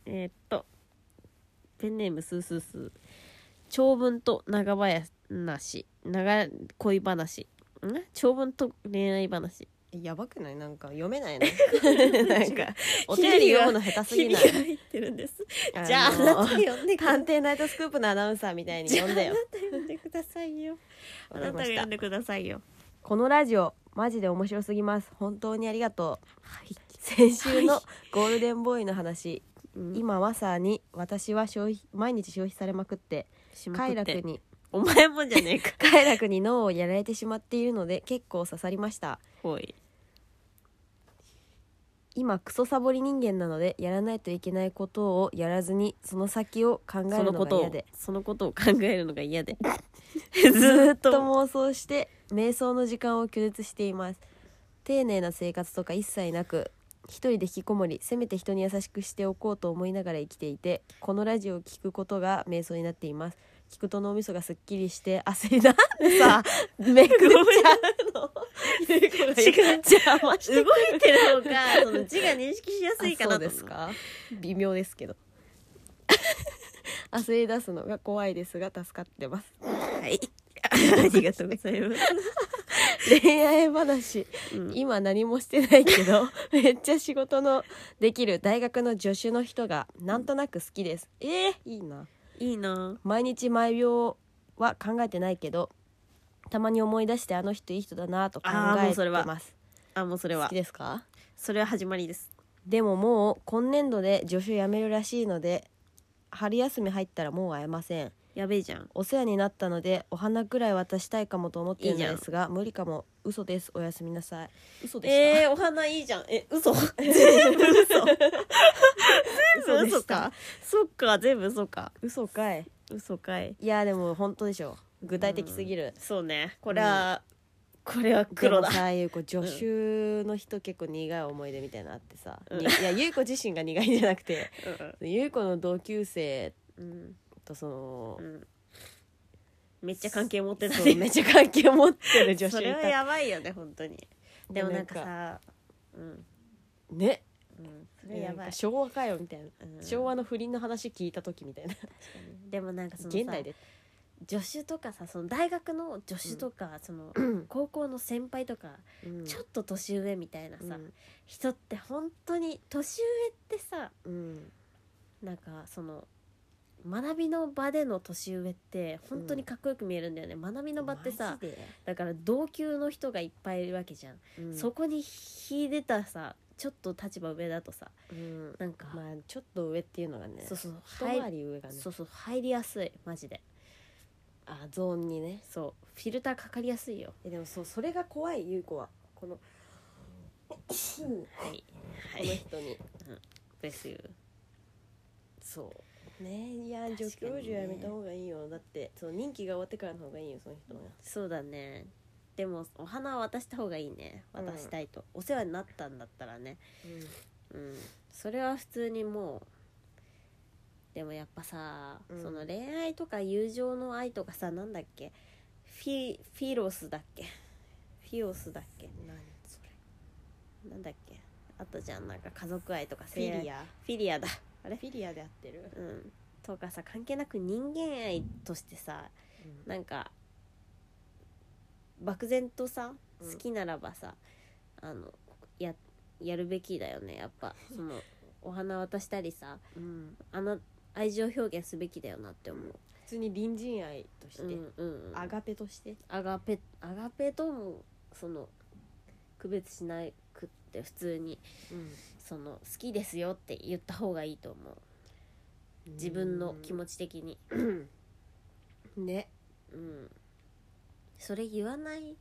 えーっとペンネームスースースー長文と長話長恋話ん長文と恋愛話
やばくないなんか読めないね
[LAUGHS] なんか
お手入れ読むの下手すぎない
切りが入ってるんですじゃああなた呼んでくださ
探偵ナイトスクープのアナウンサーみたいに
いあ
読ん
な
でよ
た呼んでくださいよあ
わ
な
か
た
りまし
が呼
た
んでくださいよ
このラジオマジで面白すぎます本当にありがとう
はい、
先週のゴールデンボーイの話
うん
今まさに私は消費毎日消費されまくって
しまく
快
っ
楽
て
に
お前もじゃねえか
快楽に脳をやられてしまっているので結構刺さりました
ほい
今クソサボり人間なのでやらないといけないことをやらずにその先を考え
そ
る
の
の
こ
が
と
嫌
を
で
そのことを考えるのが嫌で [LAUGHS] ずーっ
ずっと
と
妄想して瞑想の時間を拒絶しています丁寧な生活とか一切なく一人で引きこもりせめて人に優しくしておこうと思いながら生きていてこのラジオを聞くことが瞑想になっています聞くと脳みそがすっきりして焦りださめくっちゃうの
違う
じゃあまし
動いてるのがその字が認識しやすいかな
そう
と
ですか微妙ですけど [LAUGHS] 焦り出すのが怖いですが助かってます
はい [LAUGHS] ありがとうございます、
恋愛話
うん
今何もしてないけ
[LAUGHS]
どめっちゃ仕事のできる大学の助手の人がなんとなく好きですえー、いいない
いな
毎日毎秒は考えてないけどたまに思い出してあの人いい人だなと考
あーも
え
うそ
て
れは
ます
あもうそれ
好
は
きですか
それは始まりです
でももう今年度で助手辞めるらしいので春休み入ったらもう会えません
やべえじゃん
お世話になったのでお花くらい渡したいかもと思っている
いいじゃ
の
ん
ですが無理かも嘘ですおやすみなさい嘘でした、
えー、お花いいじゃんえ嘘 [LAUGHS] 全部嘘全部嘘かそっか全部嘘か
嘘かい
嘘かい
いやでも本当でしょ具体的すぎる、
そうねこれは、これは黒だ
でもさゆうこ助手の人結構苦い思い出みたいなのあってさ、
うん
にいやゆうこ自身が苦いんじゃなくてゆうこの同級生
うん
とその
う、んめっちゃ関係持ってた
そうめっちゃ関係を持ってる助
そ
手
れ
い
は
た
やばいよね本当にでもなんかさうん
ね
うんそ
な
れや
ん
ば
か
い、
昭和かよみたいな、
うん
昭和の不倫の話聞いた時みたいな
でもなんかそのさ
現代で
助手とかさその大学の助手とか、その高校の先輩とか、ちょっと年上みたいなさ、人って本当に年上ってさ
うんうん
なんかその学びの場での年上って本当にかっこよく見えるんだよね、学びの場ってさ
マジで
だから同級の人がいっぱいいるわけじゃん、
うん
そこに秀でたさちょっと立場上だとさ
うん
なんか、
まあちょっと上っていうのがね
そうそう
一
入
回り上がね
そうそう入りやすいマジで
あゾーンにね
そうフィルターかかりやすいよ
えでもそうそれが怖い優子はこのこの
はいはい
人に
ですよ
そうねいや
確か
助
にね
教授やめた方がいいよだってその任期が終わってからの方がいいよその人は
そうだねでもお花は渡した方がいいね
うん
渡したいと、お世話になったんだったらね
うん
うんそれは普通にもうでもやっぱさ、
うん
その恋愛とか友情の愛とかさなんだっけフィフィロスだっけフィオスだっけ
何そ
なんだっけあとじゃんなんか家族愛とか
れフィリ
ア
ア
フィリアだ
あれフィリアで合ってる、
うんとかさ関係なく人間愛としてさ
うん
なんか漠然とさ
うん
好きならばさ、あのややるべきだよねやっぱそのお花渡したりさ
うん
あの愛情表現すべきだよなって思う、
普通に隣人愛とし
うん
て、
うんうん
アガペとして
アガペアガペともその区別しなくって普通にその好きですよって言った方がいいと思う自分の気持ち的 [COUGHS] に
ね
うんそれ言わない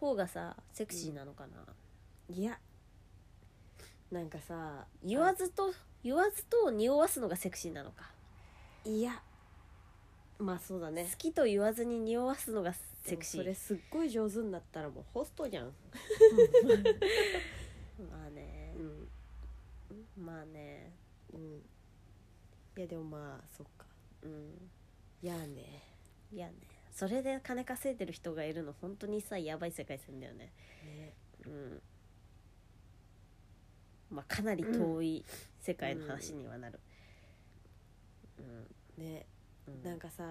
方がさセクシーなのかな、
いやなんかさ
言わずと言わずと匂わすのがセクシーなのか、
いやまあそうだね
好きと言わずに匂わすのがセクシ
でも
ー
それすっごい上手になったらもうホストじゃん、
まあね
うん
まあね
うん、いやでもまあそっか
うん
いやね
いやねそれで金稼いでる人がいるの本当にさやばい世界線だよね
ね
うんまあかなり遠い世界の話にはなる
ね
うん、
なんかさ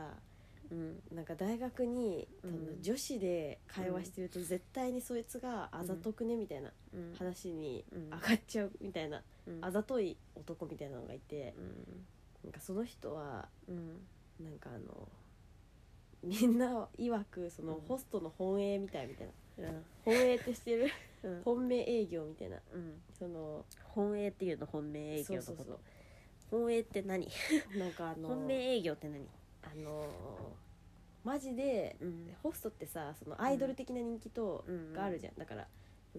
うん
なんか大学に、
うん
その女子で会話してると絶対にそいつがあざとくねみたいな
うん
話に
うん
上がっちゃうみたいな、
うん
あざとい男みたいなのがいて
うん
なんかその人は
うん
なんかあのみんな曰くその
うん
ホストの本営みたいみたいな
うん
本営ってしてる
うん
本命営業みたいな
うん
その
本営っていうの本命営業
そう
の
そう
こ
そ
と本営って何
うなんかあの
本命営業って何
あのマジで
うん
ホストってさそのアイドル的な人気と
うん
があるじゃん、だから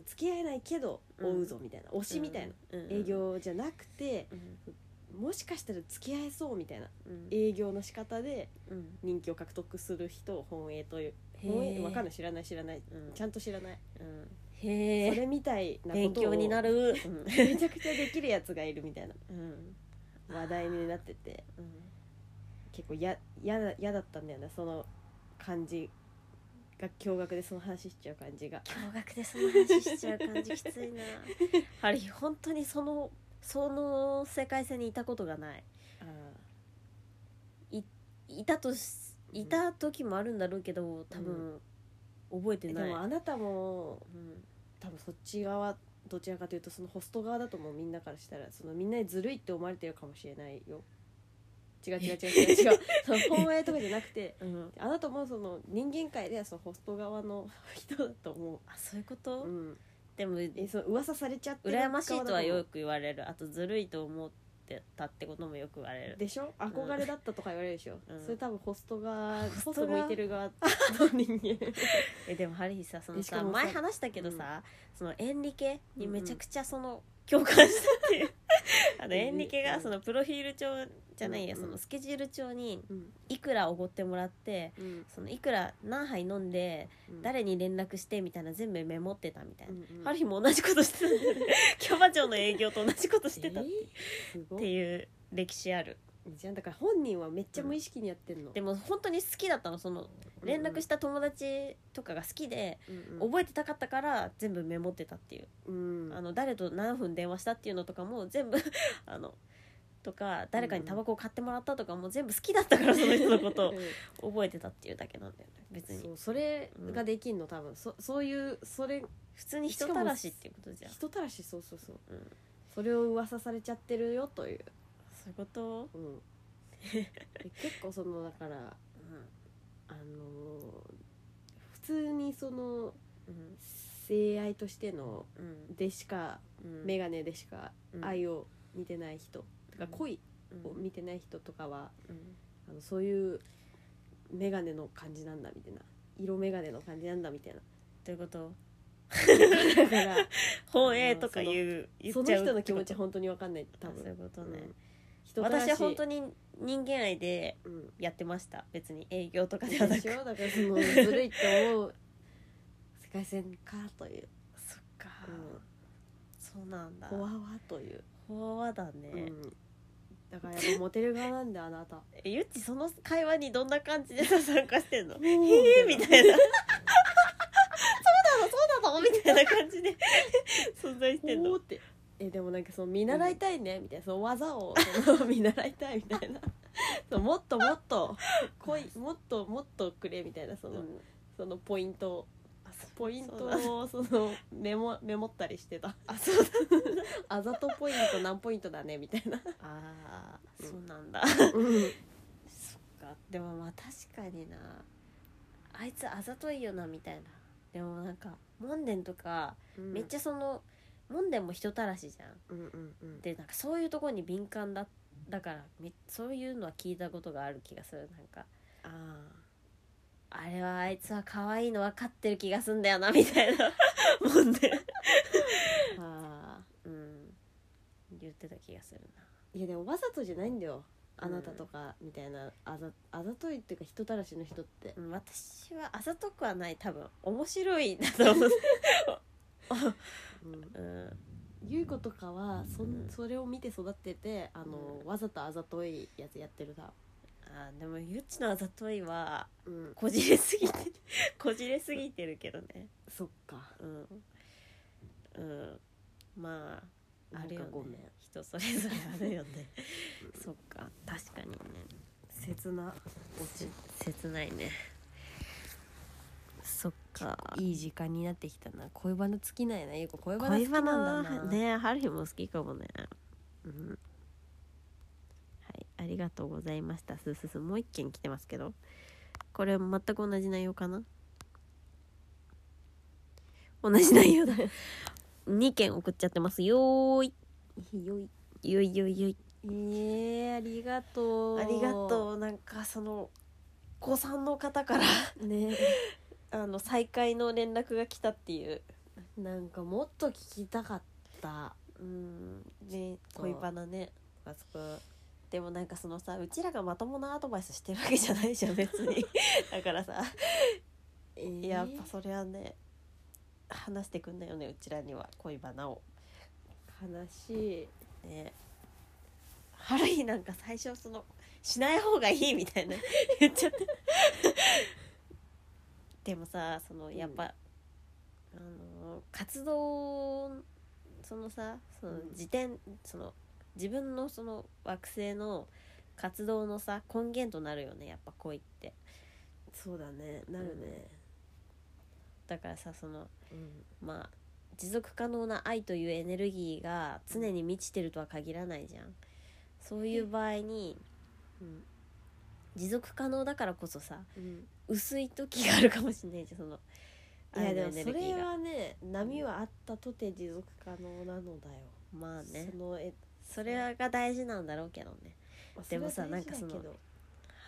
付き合えないけど追うぞみたいな、推しみたいな、
うん
営業じゃなくて
うん
もしかしたら付き合えそうみたいな
うん
営業の仕方で
うん
人気を獲得する人を本営という
へー
本営わかんない知らない知らない
うん
ちゃんと知らない、
うんへ
そ
え
れみたいなことを
勉強になる [LAUGHS]
めちゃくちゃできるやつがいるみたいな
うんうん
話題になってて
うん
結構ややだやだったんだよねその感じが驚愕でその話しちゃう感じが
驚愕でその話しちゃう感じきつ [LAUGHS] いなあれ本当にそのその世界線にいたことがない
あ
いたとしいた時もあるんだろうけど多分、覚えて
で
ない
もあなたも
うん
多分そっち側どちらかというとそのホスト側だともうみんなからしたらそのみんなにずるいって思われてるかもしれないよ違う違う違う違 [LAUGHS] う違うその本営とかじゃなくて
うん、
あなたもその人間界ではそのホスト側の人だと思
あそういうこと、
う、うん、
でも
えその噂されちゃってる
羨ましいとは
側だ思う
よく言われるあとずるいと思ってたってこともよく言われる
でしょ憧れだったとか言われるでしょ、
うん
それ多分ホストがホ
ホ
ス
ス
ト
トが
向いてる側の人間
えでもハリーさその
しか
さ
もさ
前話したけどさ、その演理系にめちゃくちゃその共感したっ
[LAUGHS]
ていうあの演理系
う
が
ん
そのプロフィール帳じゃないや、
うん
そのスケジュール帳に
うん
いくらおごってもらって
うん
そのいくら何杯飲んで
誰
誰に連絡してみたいな全部メモってたみたいな、
うん
ハリーも同じことしてた
[LAUGHS]
んだよねキャバ嬢の営業と同じことしてたっ
えーすご
て
い
いう歴史ある
じゃんだから本人はめっちゃ無意識にやってんの、
でも本当に好きだったのその連絡した友達とかが好きで
うんうん
覚えてたかったから全部メモってたっていう
うん
あの誰と何分電話したっていうのとかも全部 [LAUGHS] あのとか誰かにタバコを買ってもらったとかも全部好きだっ
[LAUGHS]
たからその人のこと
うん
を覚えてたっていうだけなんだよね別
そ
に
うそれができんの多分そそういうそれ
普通に人たらしっていうことじゃん
人たらしそうそうそう、
うん
それを噂されちゃってるよという、
そういうこと
うんで [LAUGHS] 結構そのだからあのー普通にその
うん
性愛としての
うん
でしか
うん
眼鏡でしか
うん
愛を見てない人、とか
うん
恋
うん
を見てない人とかは
うん
あのそういう眼鏡の感じなんだみたいな色眼鏡の感じなんだみたいな
どういうこと
だから
本営とか言う [LAUGHS] 言
そ
っ
の
ちゃう
人の気持
っ
ち
て
本当に分かんない
こ
多
とあそうい
分
うことね、
人たらし
私
い
は本当に人間愛で
うん
やってました別に営業とかではなく
でしょだからそのずるいって思う外線かという、
そっか、
うん
そうなんだ
ほわわという、
ほわだね、
うんだからやっぱモテる側なんだよあなた
えゆっちその会話にどんな感じでさ参加してんの
[LAUGHS] え
[LAUGHS] えーみた [LAUGHS] いなそうなのそうなのみたいな感じで存在してん
お
の
ーってえでもなんかその見習いたいねみたいなその技
[LAUGHS]
をその見習いたいみたいなそうもっともっと来いもっともっとくれみたいなその,、
うん
そのポイントをポイント
そ
をその [LAUGHS] メモメモったりしてた
あそうだ
あざとポイント何ポイントだねみたいな、
あ
うん
そうなんだそっかでもまあ確かになあいつあざといよなみたいなでもなんかモンデンとか、め
め
っ
っちゃ
ちゃそのモンデンも人たらしじゃん
うんうんうん
でなんかそういうとこに敏感だだからめそういうのは聞いたことがある気がするなんか
あ
あれはあいつは可愛いの分かってる気がすんだよなみたいな [LAUGHS] もんで
ーあ
うん言ってた気がするない
やでもわざとじゃないんだよあなたとかみたいな、あざあざといっていうか人たらしの人って
うん私はあざとくはない多分面白いんだと思う、
うん
うん、
ゆい子とかはそ,、
うん
ん、それを見て育っててあの、
う
わざとあざといやつやってるさ、
あーでもゆっちのあざといは
うん、
こじれすぎて [LAUGHS] こじれすぎてるけどね
そっか
うん、うん、まああ
あ
る
れ
よね
ごめん
人それぞれあるよねそっか確かにね
切な
落ち切ないねそっか
いい時間になってきたな恋バナ尽きないなゆうこ恋バナ好
恋
きな
バ
ん
ナ
だな、
ね春日も好きかもねうんはいありがとうございましたすーすーすーもう一件来てますけどこれ全く同じ内容かな同じ内容だ2件送っちゃってますよーい
よい
よいよいよい
えー、ありがとう
ありがとうなんかその子さんの方から
うね
[LAUGHS] あの再会の連絡が来たっていう
なんかもっと聞きたかった
うんね
と
恋バナねあそこでもなんかそのさうちらがまともなアドバイスしてるわけじゃない
[LAUGHS]
じゃん別にだからさ
えー
やっぱそれはね話してくんだよねうちらには恋バナを
悲しい
ねハロイなんか最初そのしない方がいいみたいな [LAUGHS] 言っちゃってでもさそのやっぱ、あの活動そのさその
うん
時点、その自分のその惑星の活動のさ根源となるよねやっぱ恋って
そうだねなるね
だからさその
うん、
まあ持続可能な愛というエネルギーが常に満ちてるとは限らないじゃんそういう場合に
うん
持続可能だからこそさ
うん
薄い時があるかもしれないじゃんその
いや
愛の
で
エ
も
ネ
そ
ルギ
れ
ーが
はね波はあったとて持続可能なのだよ、
まあね
そのえ
それが大事なんだろうけどねでもさ
れは大事だ
なんかその
けど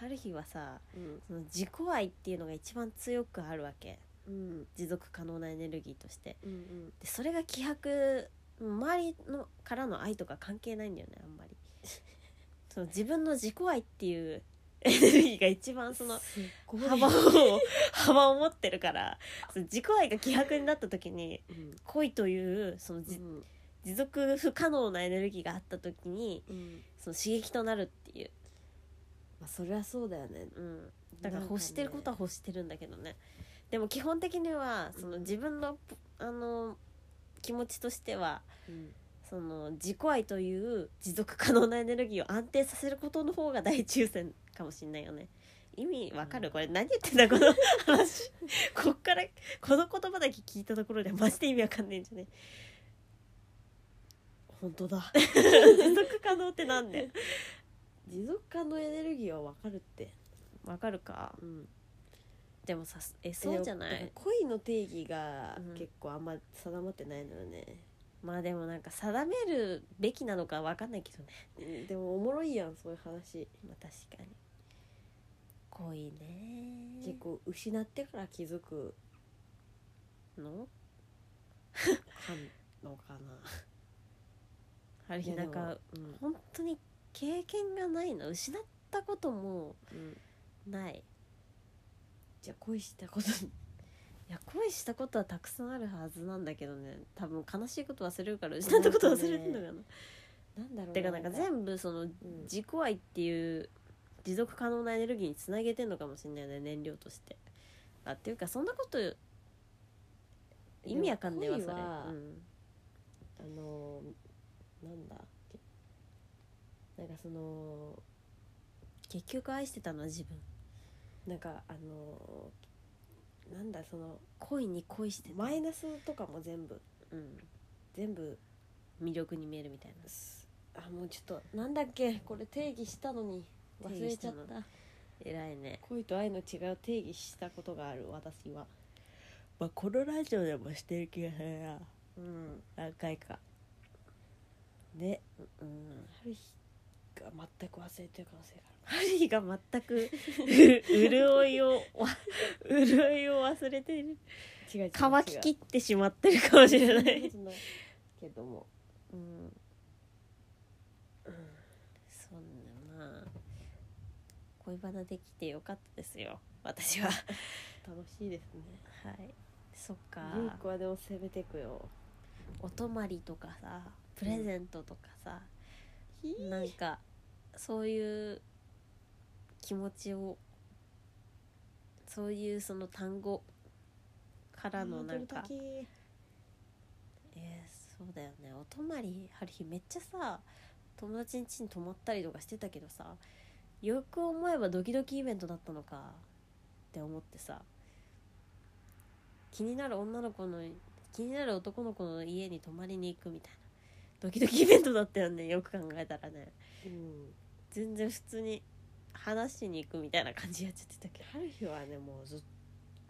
春日はさ
うん
その自己愛っていうのが一番強くあるわけ
うん
持続可能なエネルギーとして
うんうん
でそれが希薄周りのからの愛とか関係ないんだよねあんまり [LAUGHS] その自分の自己愛っていうエネルギーが一番
[LAUGHS]
その
すっごい
幅を幅を持ってるからその自己愛が希薄になった時に
うん
恋というそのじ
うん
持続不可能なエネルギーがあった時に
うん
その刺激となるっていう、
まあそりゃそうだよね
うん、だか
な
ら
んかね
欲してることは欲してるんだけどねでも基本的にはその
うん
自分のあの気持ちとしては
うん
その自己愛という持続可能なエネルギーを安定させることの方が大抽選かもしんないよね意味わかる、
うん
これ何言ってんだこの [LAUGHS] 話こっからこの言葉だけ聞いたところでマジで意味わかんないんじゃね
本当
[LAUGHS]
だ
持続可能ってなんで
持続可能エネルギーはわかるって
わかるか
うん
でもさえそうじゃな
だから
い
恋の定義が
うん
結構あんま定まってないのよね
まあでもなんか定めるべきなのかわかんないけどね
うんでもおもろいやんそういう話
まあ確かに恋ね
結構失ってから気づく
の
のかな
ある日
いやで
なん
も
か
うん
本当に経験がないの失ったことも
うん
ない
じゃあ恋したこと [LAUGHS]
いや恋したことはたくさんあるはずなんだけどね多分悲しいこと忘れるから失ったこと忘れてんのか
な
な、
んだろう
てかなんか
部、
全部その
うん
自己愛っていう持続可能なエネルギーにつなげてんのかもしれないね燃料としてあっていうかそんなこと意味わかんねえわ
で
そ
も
れ、
恋は
うん、
あのなんだっけなんかその
結局愛してたのは自分
なんかあのなんだその恋に恋してマイナスとかも全部
うん
全部
魅力に見えるみたいな
すあもうちょっとなんだっけこれ定義したのに忘れちゃっ
定義した偉いね
恋と愛の違いを定義したことがある私は
まあこのラジオでもしてる気がするな
うん
何回か
で
うん
ある日が全く忘れてる可能性がある
ハリーが
[LAUGHS]
全く潤いをわ潤いを忘れている
違う違う
乾ききってしまってるかもしれな
違うそんないことないけどもうん
そんなまあ恋バナできてよかったですよ私は
楽しいですね
[LAUGHS] はいそっか
ゆうこはでも攻めてくよ
お泊まりとかさプレゼントとかさ、
ひー
なんかそういう気持ちをそういうその単語からのなんか
あー鳥だけ
えーそうだよねお泊まりある日めっちゃさ友達ん家に泊まったりとかしてたけどさよく思えばドキドキイベントだったのかって思ってさ気になる女の子の気になる男の子の家に泊まりに行くみたいなドキドキイベントだったよねよく考えたらね
うん
全然普通に話しに行くみたいな感じやっちゃってたけど
春日はねもうずっ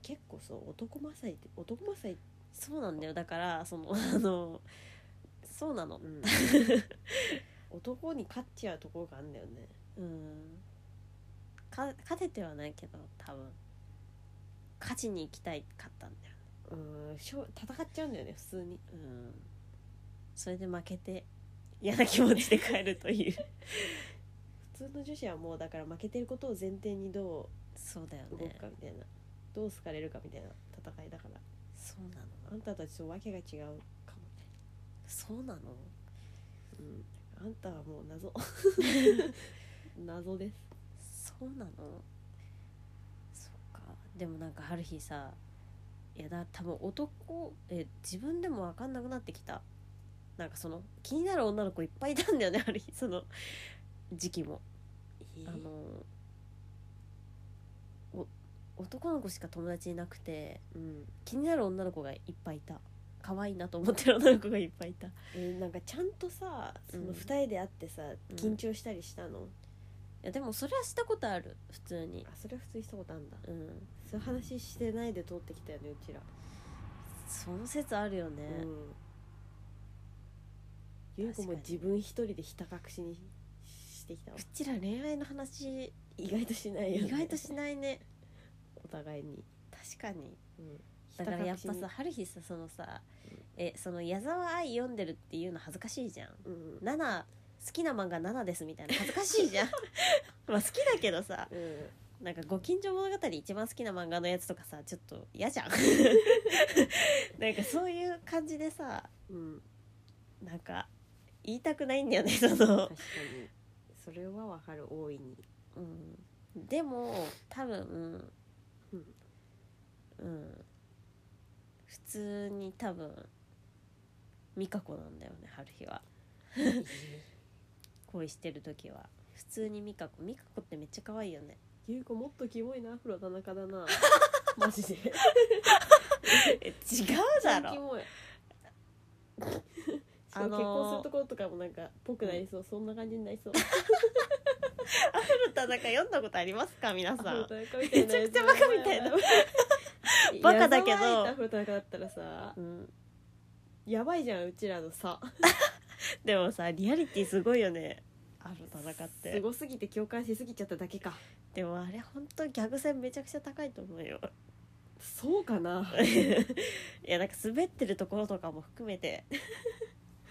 結構そう男勝りって男勝りって
そうなんだよだからそのあのそうなの
うん
[LAUGHS]
男に勝っちゃうところがあるんだよね
うんか勝ててはないけど多分勝ちに行きたいかったんだよ
うんしょ戦っちゃうんだよね普通に
うんそれで負けて嫌な気持ちで帰るという
[LAUGHS] 普通の女子はもうだから負けてることを前提にど
そうだよ
う動く
ね
かみたいな、どう好かれるかみたいな戦いだから
そうなの
あんたたちとわけが違うかもね
そうなの
うんあんたはもう [LAUGHS] 謎謎です
そうなのそっかでもなんかある日さいやだ多分男え自分でも分かんなくなってきたなんかその気になる女の子いっぱいいたんだよねある日その時期もあのお男の子しか友達いなくて
うん
気になる女の子がいっぱいいた可愛いなと思ってる女の子がいっぱいいた
えーなんかちゃんとさそ
うん
の二人で会ってさ、
うん
緊張したりしたの、
いやでもそれはしたことある普通に
あそれは普通にしたことあんだ
うん
そういう話してないで通ってきたよねうちら、
その説あるよね、
うんゆうこも
確かに
自分一人でひた隠しにしてきたわ
うちら恋愛の話
意外としないよ、ね、
意外としないね
お互いに、
確かに
うん、
だからやっぱ
ひた
さ
隠し
ハルヒさそのさ、
うん
えその矢沢愛読んでるっていうの恥ずかしいじゃん
にうん
7好きな漫画7ですみたいな恥ずかしいじゃん [LAUGHS] まあ好きだけどさ
うん
なんかご近所物語一番好きな漫画のやつとかさちょっと嫌 [LAUGHS] じゃんなんかそういう感じでさ
うん
なんか言いたくないんだよねその
確かにそれはわかる大い [LAUGHS] に
うん、でも多分
うん
うん普通に多分美香子なんだよね春日は恋してる時は普通に美香子美香子ってめっちゃ可愛いよね
ゆうこもっとキモいなアフロ田中だ
[LAUGHS]
なマジで
え違うだ
キ
ろ
モい
[LAUGHS] あ
しか
のー
も結婚するところとかもなんかぽくなりそう、そんな感じになりそう
古田なんか読んだことありますか皆さ
アフロ
ん
田中みたいなやつ
めちゃくちゃバカみた
[LAUGHS]
いなバカだけ
や
ど
ばいアフロ田中だったらさ
うん、
やばいじゃんうちらのさ
でもさリアリティすごいよねあの田中っ
す
て
ごすぎて共感しすぎちゃっただけか
でもあれ本当ギャグ戦めちゃくちゃ高いと思うよ
そうかない
[LAUGHS] やなんか滑ってるところとかも含めて [LAUGHS]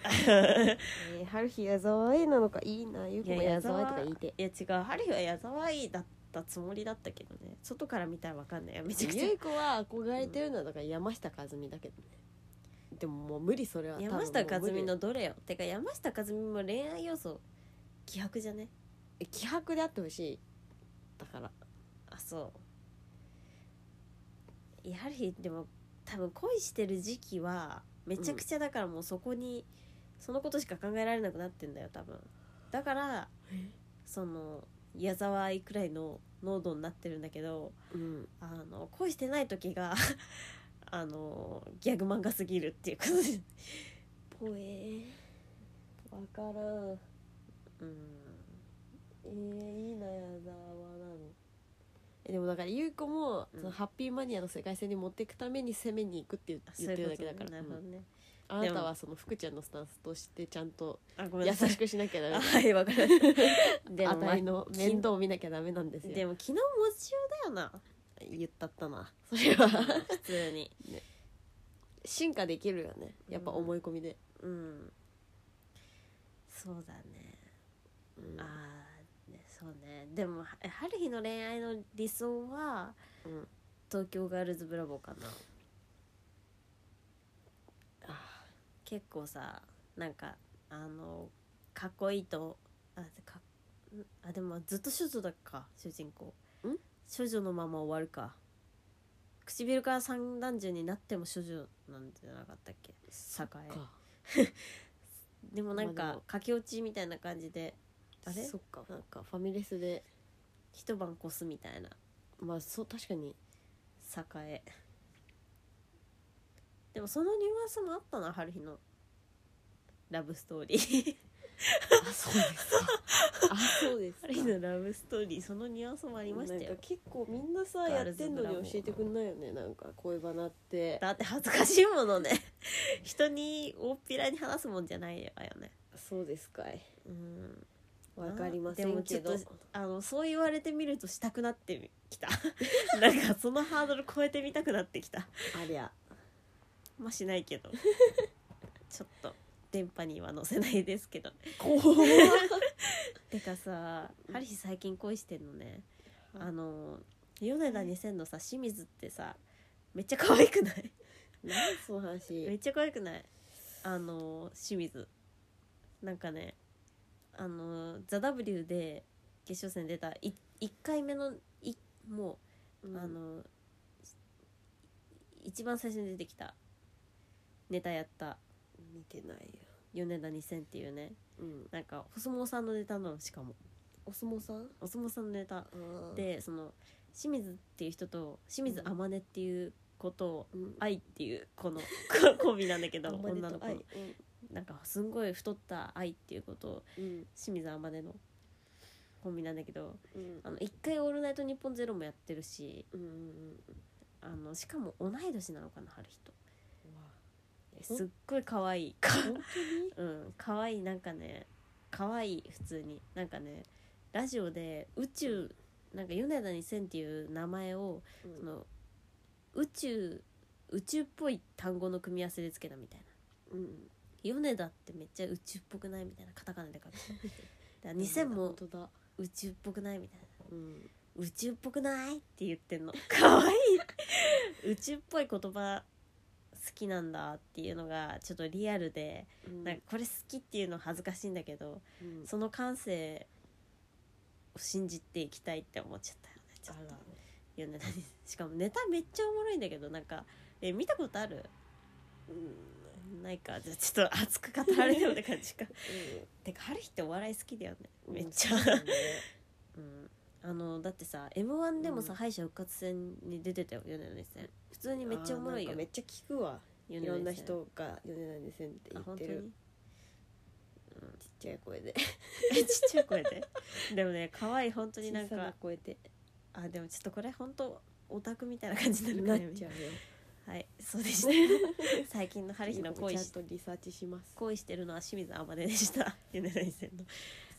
えー、春日矢沢愛なのかいいなゆう
い
こ
や
も矢沢愛とか言いて
いや違うハリーは矢沢愛だっったつもりだったけどね外から見たらわかんないよめちゃくちゃ
ゆい子は憧れてるのはだから山下和美だけどねでももう無理それは
山下
多分も
和
う無
美
理
のどれよてか山下和美も恋愛要素希薄じゃね
え気迫であってほしいだから
あそうやはりでも多分恋してる時期はめちゃくちゃだからもうそこに、そのことしか考えられなくなってんだよ多分だからその矢沢愛くらいの濃度になってるんだけど
うん
あの恋してない時が [LAUGHS] あのギャグ漫画すぎるっていうことで
ぽえわからん
うん
えー、いいな矢沢なのえでもだから優子も、
うん
そのハッピーマニアの世界線に持っていくために攻めに行くって言う言ってるだけだから
そういうことねなるほどね、
うんあなたはその福ちゃんのスタンスとしてちゃんと
あごめん
優
なさい
しくしなきゃダメ
あはいわかりました
[LAUGHS]
で
あ
も、ま
た
あ
い、の面倒を見なきゃダメなんですよ
でも昨日持ちようだよな
言ったったなそれは
普通に
進化できるよねやっぱ思い込みで、
うんそうだね
うん
あーねそうねでもは春日の恋愛の理想は、
うん
東京ガールズブラボーかな
あ
結構さなんかあのかっこいいとあかんあでもずっと少女だっか主人公
ん
少女のまま終わるか唇から三男女になっても少女なんじゃなかったっけ栄
か
でもなん
まあで
か
も
駆け落ちみたいな感じであれ
そっかなんかファミレスで
一晩越すみたいな
まあそう確かに
[LAUGHS] 栄でもそのニュアンスもあったな春日のラブストーリ
[LAUGHS]
ー
あそうですか [LAUGHS] あそうですか
春日のラブストーリーそのニュアンスもありました
なん
よ
か結構みんなさ
ガ
や
ー
っ
ルズ
てんの
ブラボー
に教えてくんないよねなんか恋バナって
だって恥ずかしいものね人に大っぴらに話すもんじゃないわよね
そうですかい
うん
わかりませんけど
でもちょっとあのそう言われてみるとしたくなって
[LAUGHS]
きたなんかそのハードル超えてみたくなってきた
ありゃ
まあしな
[LAUGHS]
いけどちょっと電波には載せないですけど
怖
てかさハリヒ最近恋してんのねあの米田2000のさ清水ってさめっちゃ可愛くない
何その
め
話
っちゃ可愛くないあの清水なんかねあの「ザ・ w で決勝戦出たい1回目のいもう、あの一番最初に出てきたネタやった
見てないよ
米田2000っていうね
うん
なんかお相撲さんのネタなのしかも
お相撲さん
お相撲さんのネタ
で
でその清水っていう人と清水あまねっていう子と
うん
愛っていう
[LAUGHS]
このコンビなんだけど
あんまりと
女の子
は
の
い
なんかすんごい太った愛っていう子と
うん
清水あまねのコンビなんだけど
うん
あの一回「オールナイトニッポンゼロもやってるし
うんうん
あのしかも同い年なのかな春人
うわ
すっごい可愛い
本当に
[LAUGHS] うん可愛いなんかね可愛い普通になんかねラジオで宇宙なんか米田2000っていう名前をその宇宙宇宙っぽい単語の組み合わせでつけたみたいな
うん
米田ってめっちゃ宇宙っぽくないみたいなカタカナで書くだから2000
本
も
当だ
宇宙っぽくないみたいな
うん
宇宙っぽくないって言ってんの可愛い宇宙っぽい言葉好きなんだっていうのがちょっとリアルで、なんかこれ好きっていうの恥ずかしいんだけど、
うん
その感性を信じていきたいって思っちゃったよねちょっ
あ
と
ら
米田にしかもネタめっちゃおもろいんだけどなんかえ見たことある
うん
ないかじゃあちょっと熱く語られてもって感じ
[LAUGHS]
かてか春日ってお笑い好きだよねめっちゃ、
そうだね
うん、あのだってさ m 1でもさ、
うん
敗者復活戦に出てたよ米田に戦普通にめっちゃおもろい
あーなん
よ
かめっちゃ聞くわ
米
い
田
ろ
に
んな
戦
人が「米田にせん」って
あ
言っ
本当
て
に
るちっちゃい声で
[LAUGHS] えちっちゃい声で
[LAUGHS]
でもね可愛い本当にな
小
ん
さ
か
声で
あでもちょっとこれ本当オタクみたいな感じにな
な
るから
っちゃうよ
はいそう
[LAUGHS]
でした最近の春日の恋
ちゃ
し
んとリサーチします
恋してるのは清水あまねで [LAUGHS] した米田に戦の、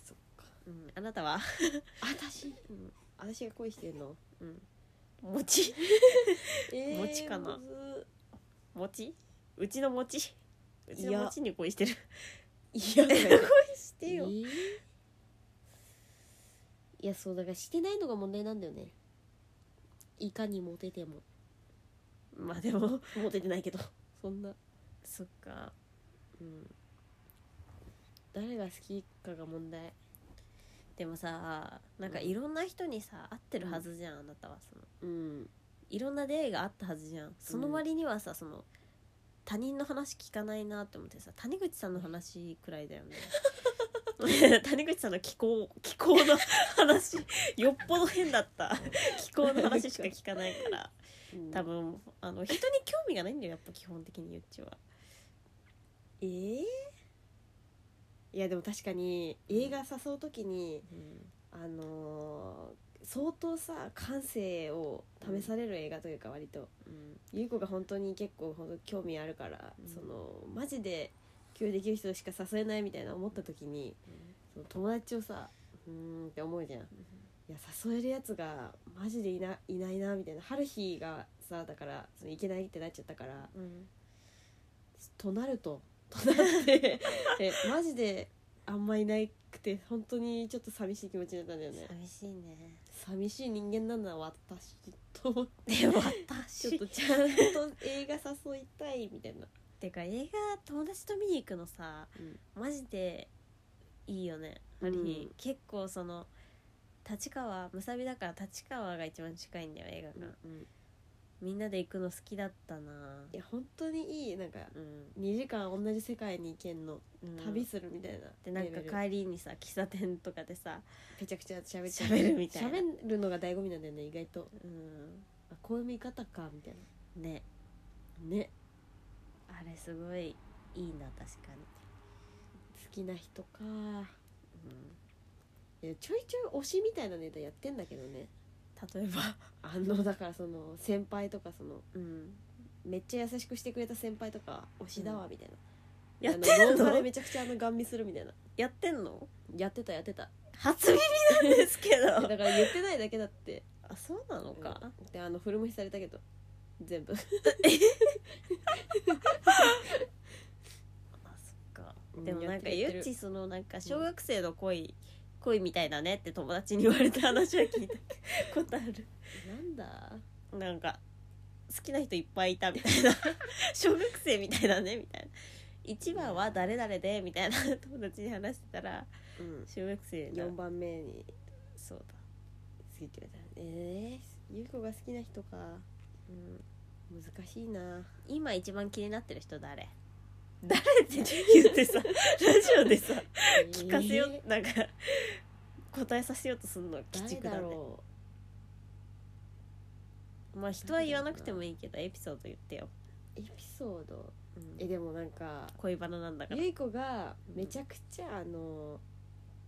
そっか
うん、あなたは
[LAUGHS] 私
うん
私が恋してんの
うん餅
えー
餅か
む
な
ず
餅うちの餅うちの餅に恋 [LAUGHS] してる
[LAUGHS] いや
恋して
え
よ
ーいやそうだからしてないのが問題なんだよねいかにモテても
まあでも
モテてないけどそんな
そっか
うん誰が好きかが問題
でもさなんかいろんな人にさ会ってるはずじゃんあなたはその
うん
いろんな出会いがあったはずじゃんその割にはさ、その他人の話聞かないなって思ってさ谷口さんの話くらいだよ
[LAUGHS]
ね谷口さんの気候気候の話よっぽど変だった気候の話しか聞かないから多分あの人に興味がないんだよやっぱ基本的にゆっちは
えーいやでも確かに映画誘う時に、
うん
あのー相当さ感性を試される映画というか割と
うん
優子が本当に結構本当興味あるから、
うん
そのマジで共有できる人しか誘えないみたいな思った時にその友達をさうーんって思うじゃんいや誘えるやつがマジでいないないなみたいな春日がさだからそのいけないってなっちゃったから
うん
となるととなって
[LAUGHS]
えマジであんまいなくて本当にちょっと寂しい気持ちになったんだよね
寂しいね
寂しい人間なんだ私と思って
でも
[LAUGHS] ちょっ
私
とちゃんと映画誘いたいみたいな
てか映画友達と見に行くのさ、マジでいいよねある日、
うん
結構その立川むさびだから立川が一番近いんだよ映画館、みんなで行くの好きだったない
や本当にいいなんか
うん、
2時間同じ世界に行けんの、
うん
旅するみたいな
でなん
レベル
か帰りにさ喫茶店とかでさ、
めちゃくちゃ喋って
喋るみたいな
喋るのが醍醐味なんだよね意外と
うん、
あこういう見方かみたいな
ね
ね
あれすごいいいな確か
好きな人か
に、
いやちょいちょい推しみたいなネタやってんだけどね
うん、例えば、
あのだからその先輩とかその
うん、
めっちゃ優しくしてくれた先輩とか推しだわみたいな、
やっ
あ
てん
ローファで
の
めちゃくちゃあのガン見するみたいな
やってんの
やってたやってた
初耳なんですけ
だ
ど
から言って [LAUGHS] ないだけだって
あそうなのか、
であの古虫されたけど全部
あそっか
うん
でもなんかゆ
やってるやって
っ
る
ちそのなんか小学生の恋、恋みたいだねって友達に言われた話は聞いたことある [LAUGHS]
なんだ
なんか好きな人いっぱいいたみたい [LAUGHS] な小学生みたいだねみたいな一番は誰々でみたいな友達に話してたら
うん
小学生の
4番目に
そうだ
好きって言われたえー、ゆうこが好きな人か
うん
難しい [LAUGHS] な
今一番気になってる人誰誰って言ってさラジオでさ聞かせよ、
えー
なんか答えさせようとすんの鬼
誰
畜
だ
だね
ろ
まあ人は言わなくてもいいけどエピソード言ってよ、
うエピソード
うん
えでもなんか
恋バナなんだから
ゆいこがめちゃくちゃあの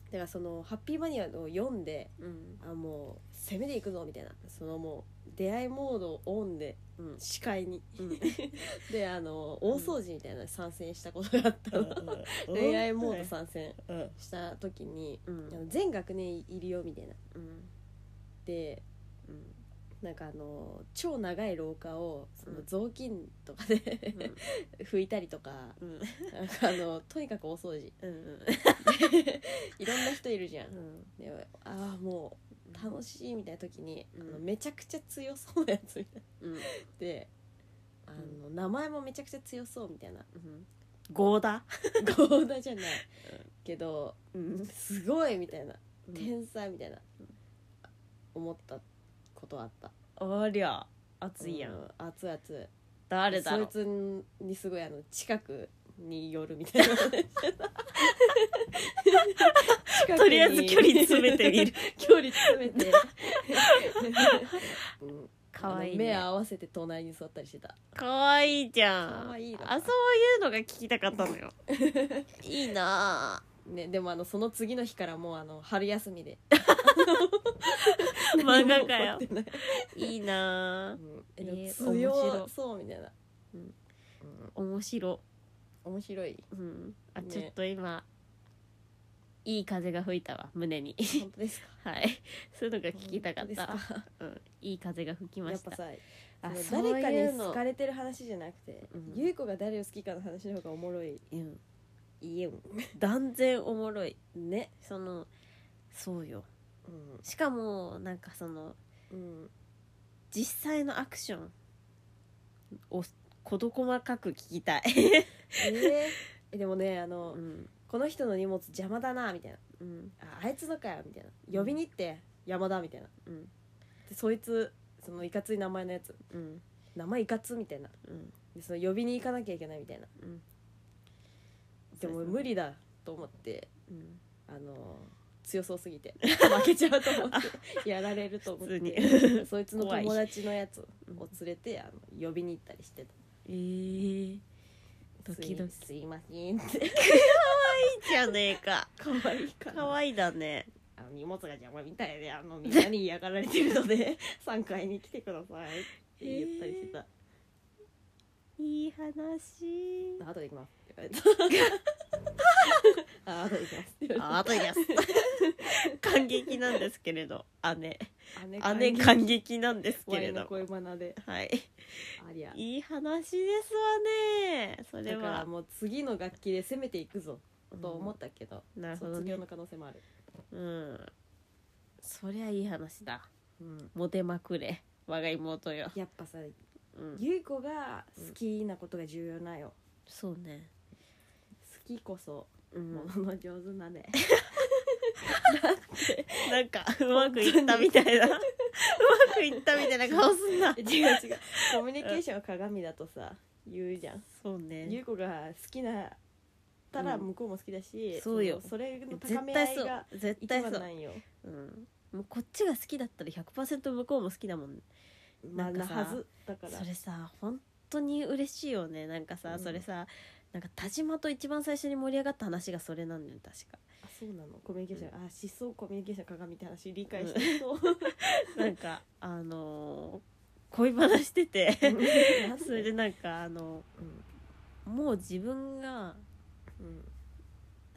だからその「ハッピーマニア」を読んで
うん
あもう攻めていくぞみたいなそのもう出会いモードをオンで
うん
視界に
うん
であの大掃除みたいなのに参戦したことがあったの、 [LAUGHS] 恋愛モード参戦
うん
した時に
う
あの
ん
全学年いるよみたいな
うん
で
うん
なんかあの超長い廊下をその
うん
雑巾とかで [LAUGHS] 拭いたりとか
うん
なんかあのとにかく大掃除
うん
[LAUGHS] いろんな人いるじゃん
うん
でああもう楽しいみたいな時に、
うん
あのめちゃくちゃ強そうなやつみたいな
うん
であの名前もめちゃくちゃ強そうみたいな
うんゴーダ
強打じゃないけど
うん
すごいみたいな天才みたいな、思ったことはあった
ありゃ熱いや
うん熱い熱い
誰だろう
そいつにすごいあの近くに寄るみ
[LAUGHS]
たいな近くに
とりあえず距離詰めてみる
距離詰め
[LAUGHS]
て、うん
かわ
あ
い
の
い
目
ね
合わせて隣に座ったりしてた
かわいいじゃん
可愛いな
あそういうのが聞きたかったのよいいな
ね、でもあのその次の日からもうあの春休みで
[LAUGHS] 漫画かよ
[LAUGHS] 何も起こってない
ぁいいな
うん
え
でも
ー面白
強
い
そうみたいな、
うん
うん
ぁ面白
面白い
うんあ
ね
ちょっと今いい風が吹いたわ胸に
本当ですか
はいそういうのが [LAUGHS] 聞きたかっ
本当です
たうん、いい風が吹きま
やっ
し
ぱ
た
さ
あ
その誰か
そういう
に
の
好かれてる話じゃなくて
うん
優子、が誰を好きかの話の方がおもろい
うん
[LAUGHS]
いいよ断然おもろい
ね
そのそうよ
うん
しかもなんかその
うん
実際のアクションを事細かく聞き
[LAUGHS]
たい、
えーで [LAUGHS] もねあの、
うん
この人の荷物邪魔だなみたいな
うん
ああいつのかよみたいな呼びに行って山田みたいな
うん
でそいつそのいかつい名前のやつ
うん
名前いかつみたいな
うん
でその呼びに行かなきゃいけないみたいな
うん
でも無理だと思って
うん
あの強そうすぎて [LAUGHS] 負けちゃうと思ってやられると思っ
普通
て [LAUGHS]
に
そいつの友達のやつを
うん
連れてあの呼びに行ったりしてた
えー、ドキドキ
すいすいませんって
じゃねえか
可愛いから
可愛いだね
あの荷物が邪魔みたいであのみんなに嫌がられてるので [LAUGHS] 3階に来てくださいって言ったりしてた、
いい話
あ後で行きますって言われた [LAUGHS] あ後で行きますって言わ
ああとやす感激なんですけれど姉
れ
姉感激なんですけ
ワイ
れ
の
ど
恋バナで
はい
ありゃ
いい話ですわねそれ
だから
は
もう次の楽器で攻めていくぞと思ったけど、
なるほど
卒業
ね
の可能性もある、
うんそりゃいい話だ
うん、
モテまくれ我が妹よ、
やっぱさ
うん、
優子が好きなことが重要なよ、
そうね
好きこそ
うん
ものの上手な
[LAUGHS]
ね、
な
[LAUGHS]
んかうまくいったみたいなうまくいったみたいな顔す
[LAUGHS]
んな
違う違うコミュニケーションは鏡だとさ言うじゃん
そうね
優子が好きなたら
うん
向こうも好きだし、
そうよ
のそれの高
絶
め合
対
い
そ
が
う絶
一
対
番
そ
な
う、
んよ
うん、もうこっちが好きだったら100%向こうも好きだもんね
まあ
なんか
な
さ
はずだから
それさ本当に嬉しいよねなんかさ、
うん
それさなんか田島と一番最初に盛り上がった話がそれなんだよ確
[LAUGHS]
か
あそうなのコミュニケーション、あ思想コミュニケーション鏡って話理解したそう、
[LAUGHS] なんかあのー恋話してて
[LAUGHS] なんで
それでなんかあの
うん
もう自分が
うん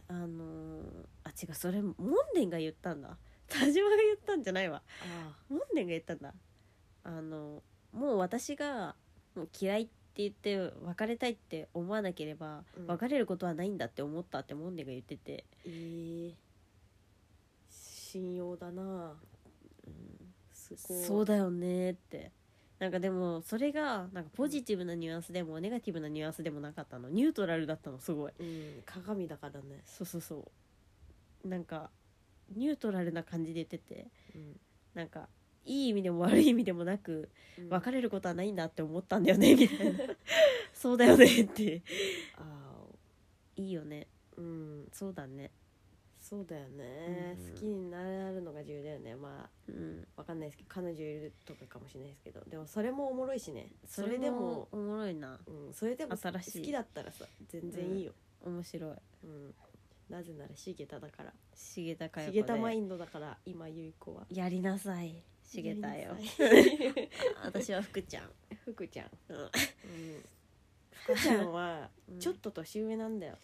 あのーあ違うそれモンデンが言ったんだ田島が言ったんじゃないわ
あ
モンデンが言ったんだあのもう私がもう嫌いって言って別れたいって思わなければ
うん
別れることはないんだって思ったってモンデンが言ってて、
えー信用だなすごい
そうだよねってなんかでもそれがなんかポジティブなニュアンスでもネガティブなニュアンスでもなかったのニュートラルだったのすごい
うん、鏡だからね、
そうそうそうなんかニュートラルな感じで言っててなんかいい意味でも悪い意味でもなく
うん
別れることはないんだって思ったんだよねみた
[LAUGHS]
いなそうだよねって
あ
いいよね
ーうん
そうだね
そうだよね、
うん
好きになるのが重要だよねまあ
うん
わかんないですけど彼女いるとかかもしれないですけどでもそれもおもろいしねそ
そ
れ
れ
で
で
も
もおもろいな
うん、それでも好
新しい
きだったらさ全然いいよ、
面白い
うんなぜなら重田だから
重田かよ
重田マインドだから今ゆい子は
やりなさい重田よ
やりなさい
あ [LAUGHS] 私は福ちゃん、
福ちゃん、
うん、
うん、福ちゃんはちょっと年上なんだよ、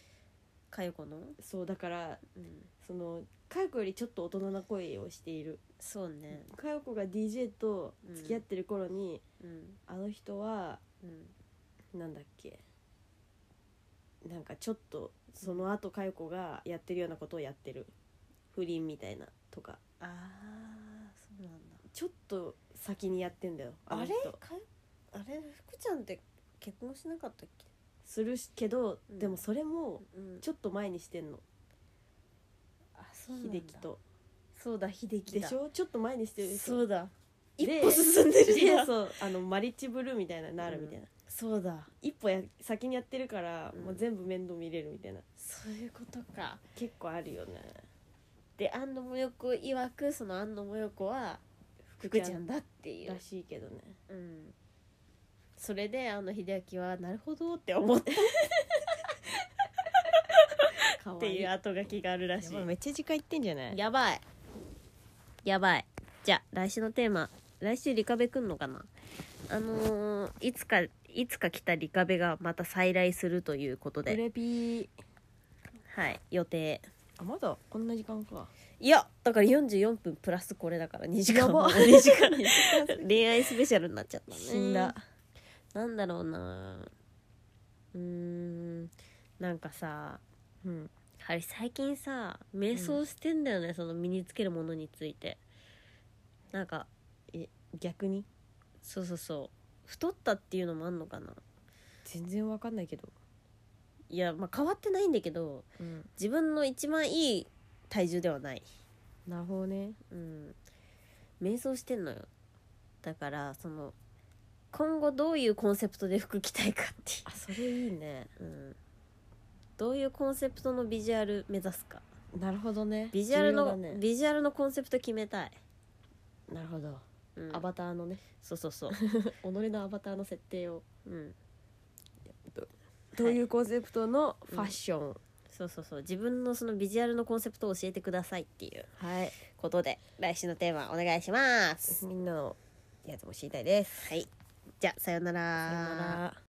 かよこの、
そうだから
うん、
その佳代子よりちょっと大人な声をしている
そうね
佳代子が DJ と付き合ってる頃に、
うん
あの人は
うん
なんだっけなんかちょっとその後佳代子がやってるようなことをやってる不倫みたいなとか
ああそうなんだ
ちょっと先にやってんだよ
あ
の
れ
人
かあれ福ちゃんって結婚しなかったっけ
するしけど、
うん
でもそれも
うん
ちょっと前にしてんの
あそうなんだ
秀樹と
そうだ秀樹
で
だ
しょちょっと前にしてるでしょ
そうだ一
で
歩進んでる
で
な
そうあのマリッジブルーみたいななるみたいな、
そうだ
一歩や先にやってるから、
うん
もう全部面倒見れるみたいな
そういうことか
結構あるよね
で安野もよこ曰くその安野もよこは福ちゃんだってい
ら
う、
しいけどね
うん、それであの秀明はなるほどって思ったっ
かわ
て
いい
いう後書きがあるらしい
めっちゃ時間いってんじゃない
やばいやばいじゃあ来週のテーマ来週リカベ来んのかなあのーいつかいつか来たリカベがまた再来するということ
プ
で
レビー
はい予定
あまだこんな時間か
いやだから44分プラスこれだから2時
や
間
ば
[LAUGHS] 2時
[LAUGHS]
間恋愛スペシャルになっちゃったね
死んだ
なんだろうなうーんなんかさ
うん
あれ最近さ瞑想してんだよね、その身につけるものについてなんか
逆に
そうそうそう太ったっていうのもあんのかな
全然わかんないけど、
いやまあ変わってないんだけど自分の一番いい体重ではない
なるほどね
うん瞑想してんのよだからその今後どういうコンセプトで服着たいかっ
あそれいいね
ていう、うん、どういうコンセプトのビジュアル目指すか
なるほどね
ビジュアル
重
の、
要だね
ビジュアルのコンセプト決めたい、
なるほど、
うん、
アバターのね
そうそうそう、
己のアバターの設定を
うん、
どういうコンセプトのファッション
そうそうそう自分のそのビジュアルのコンセプトを教えてくださいっていう
はい、
ことで来週のテーマお願いします
みんなのやつも知りたいです
はいじゃあさようなら
さよなら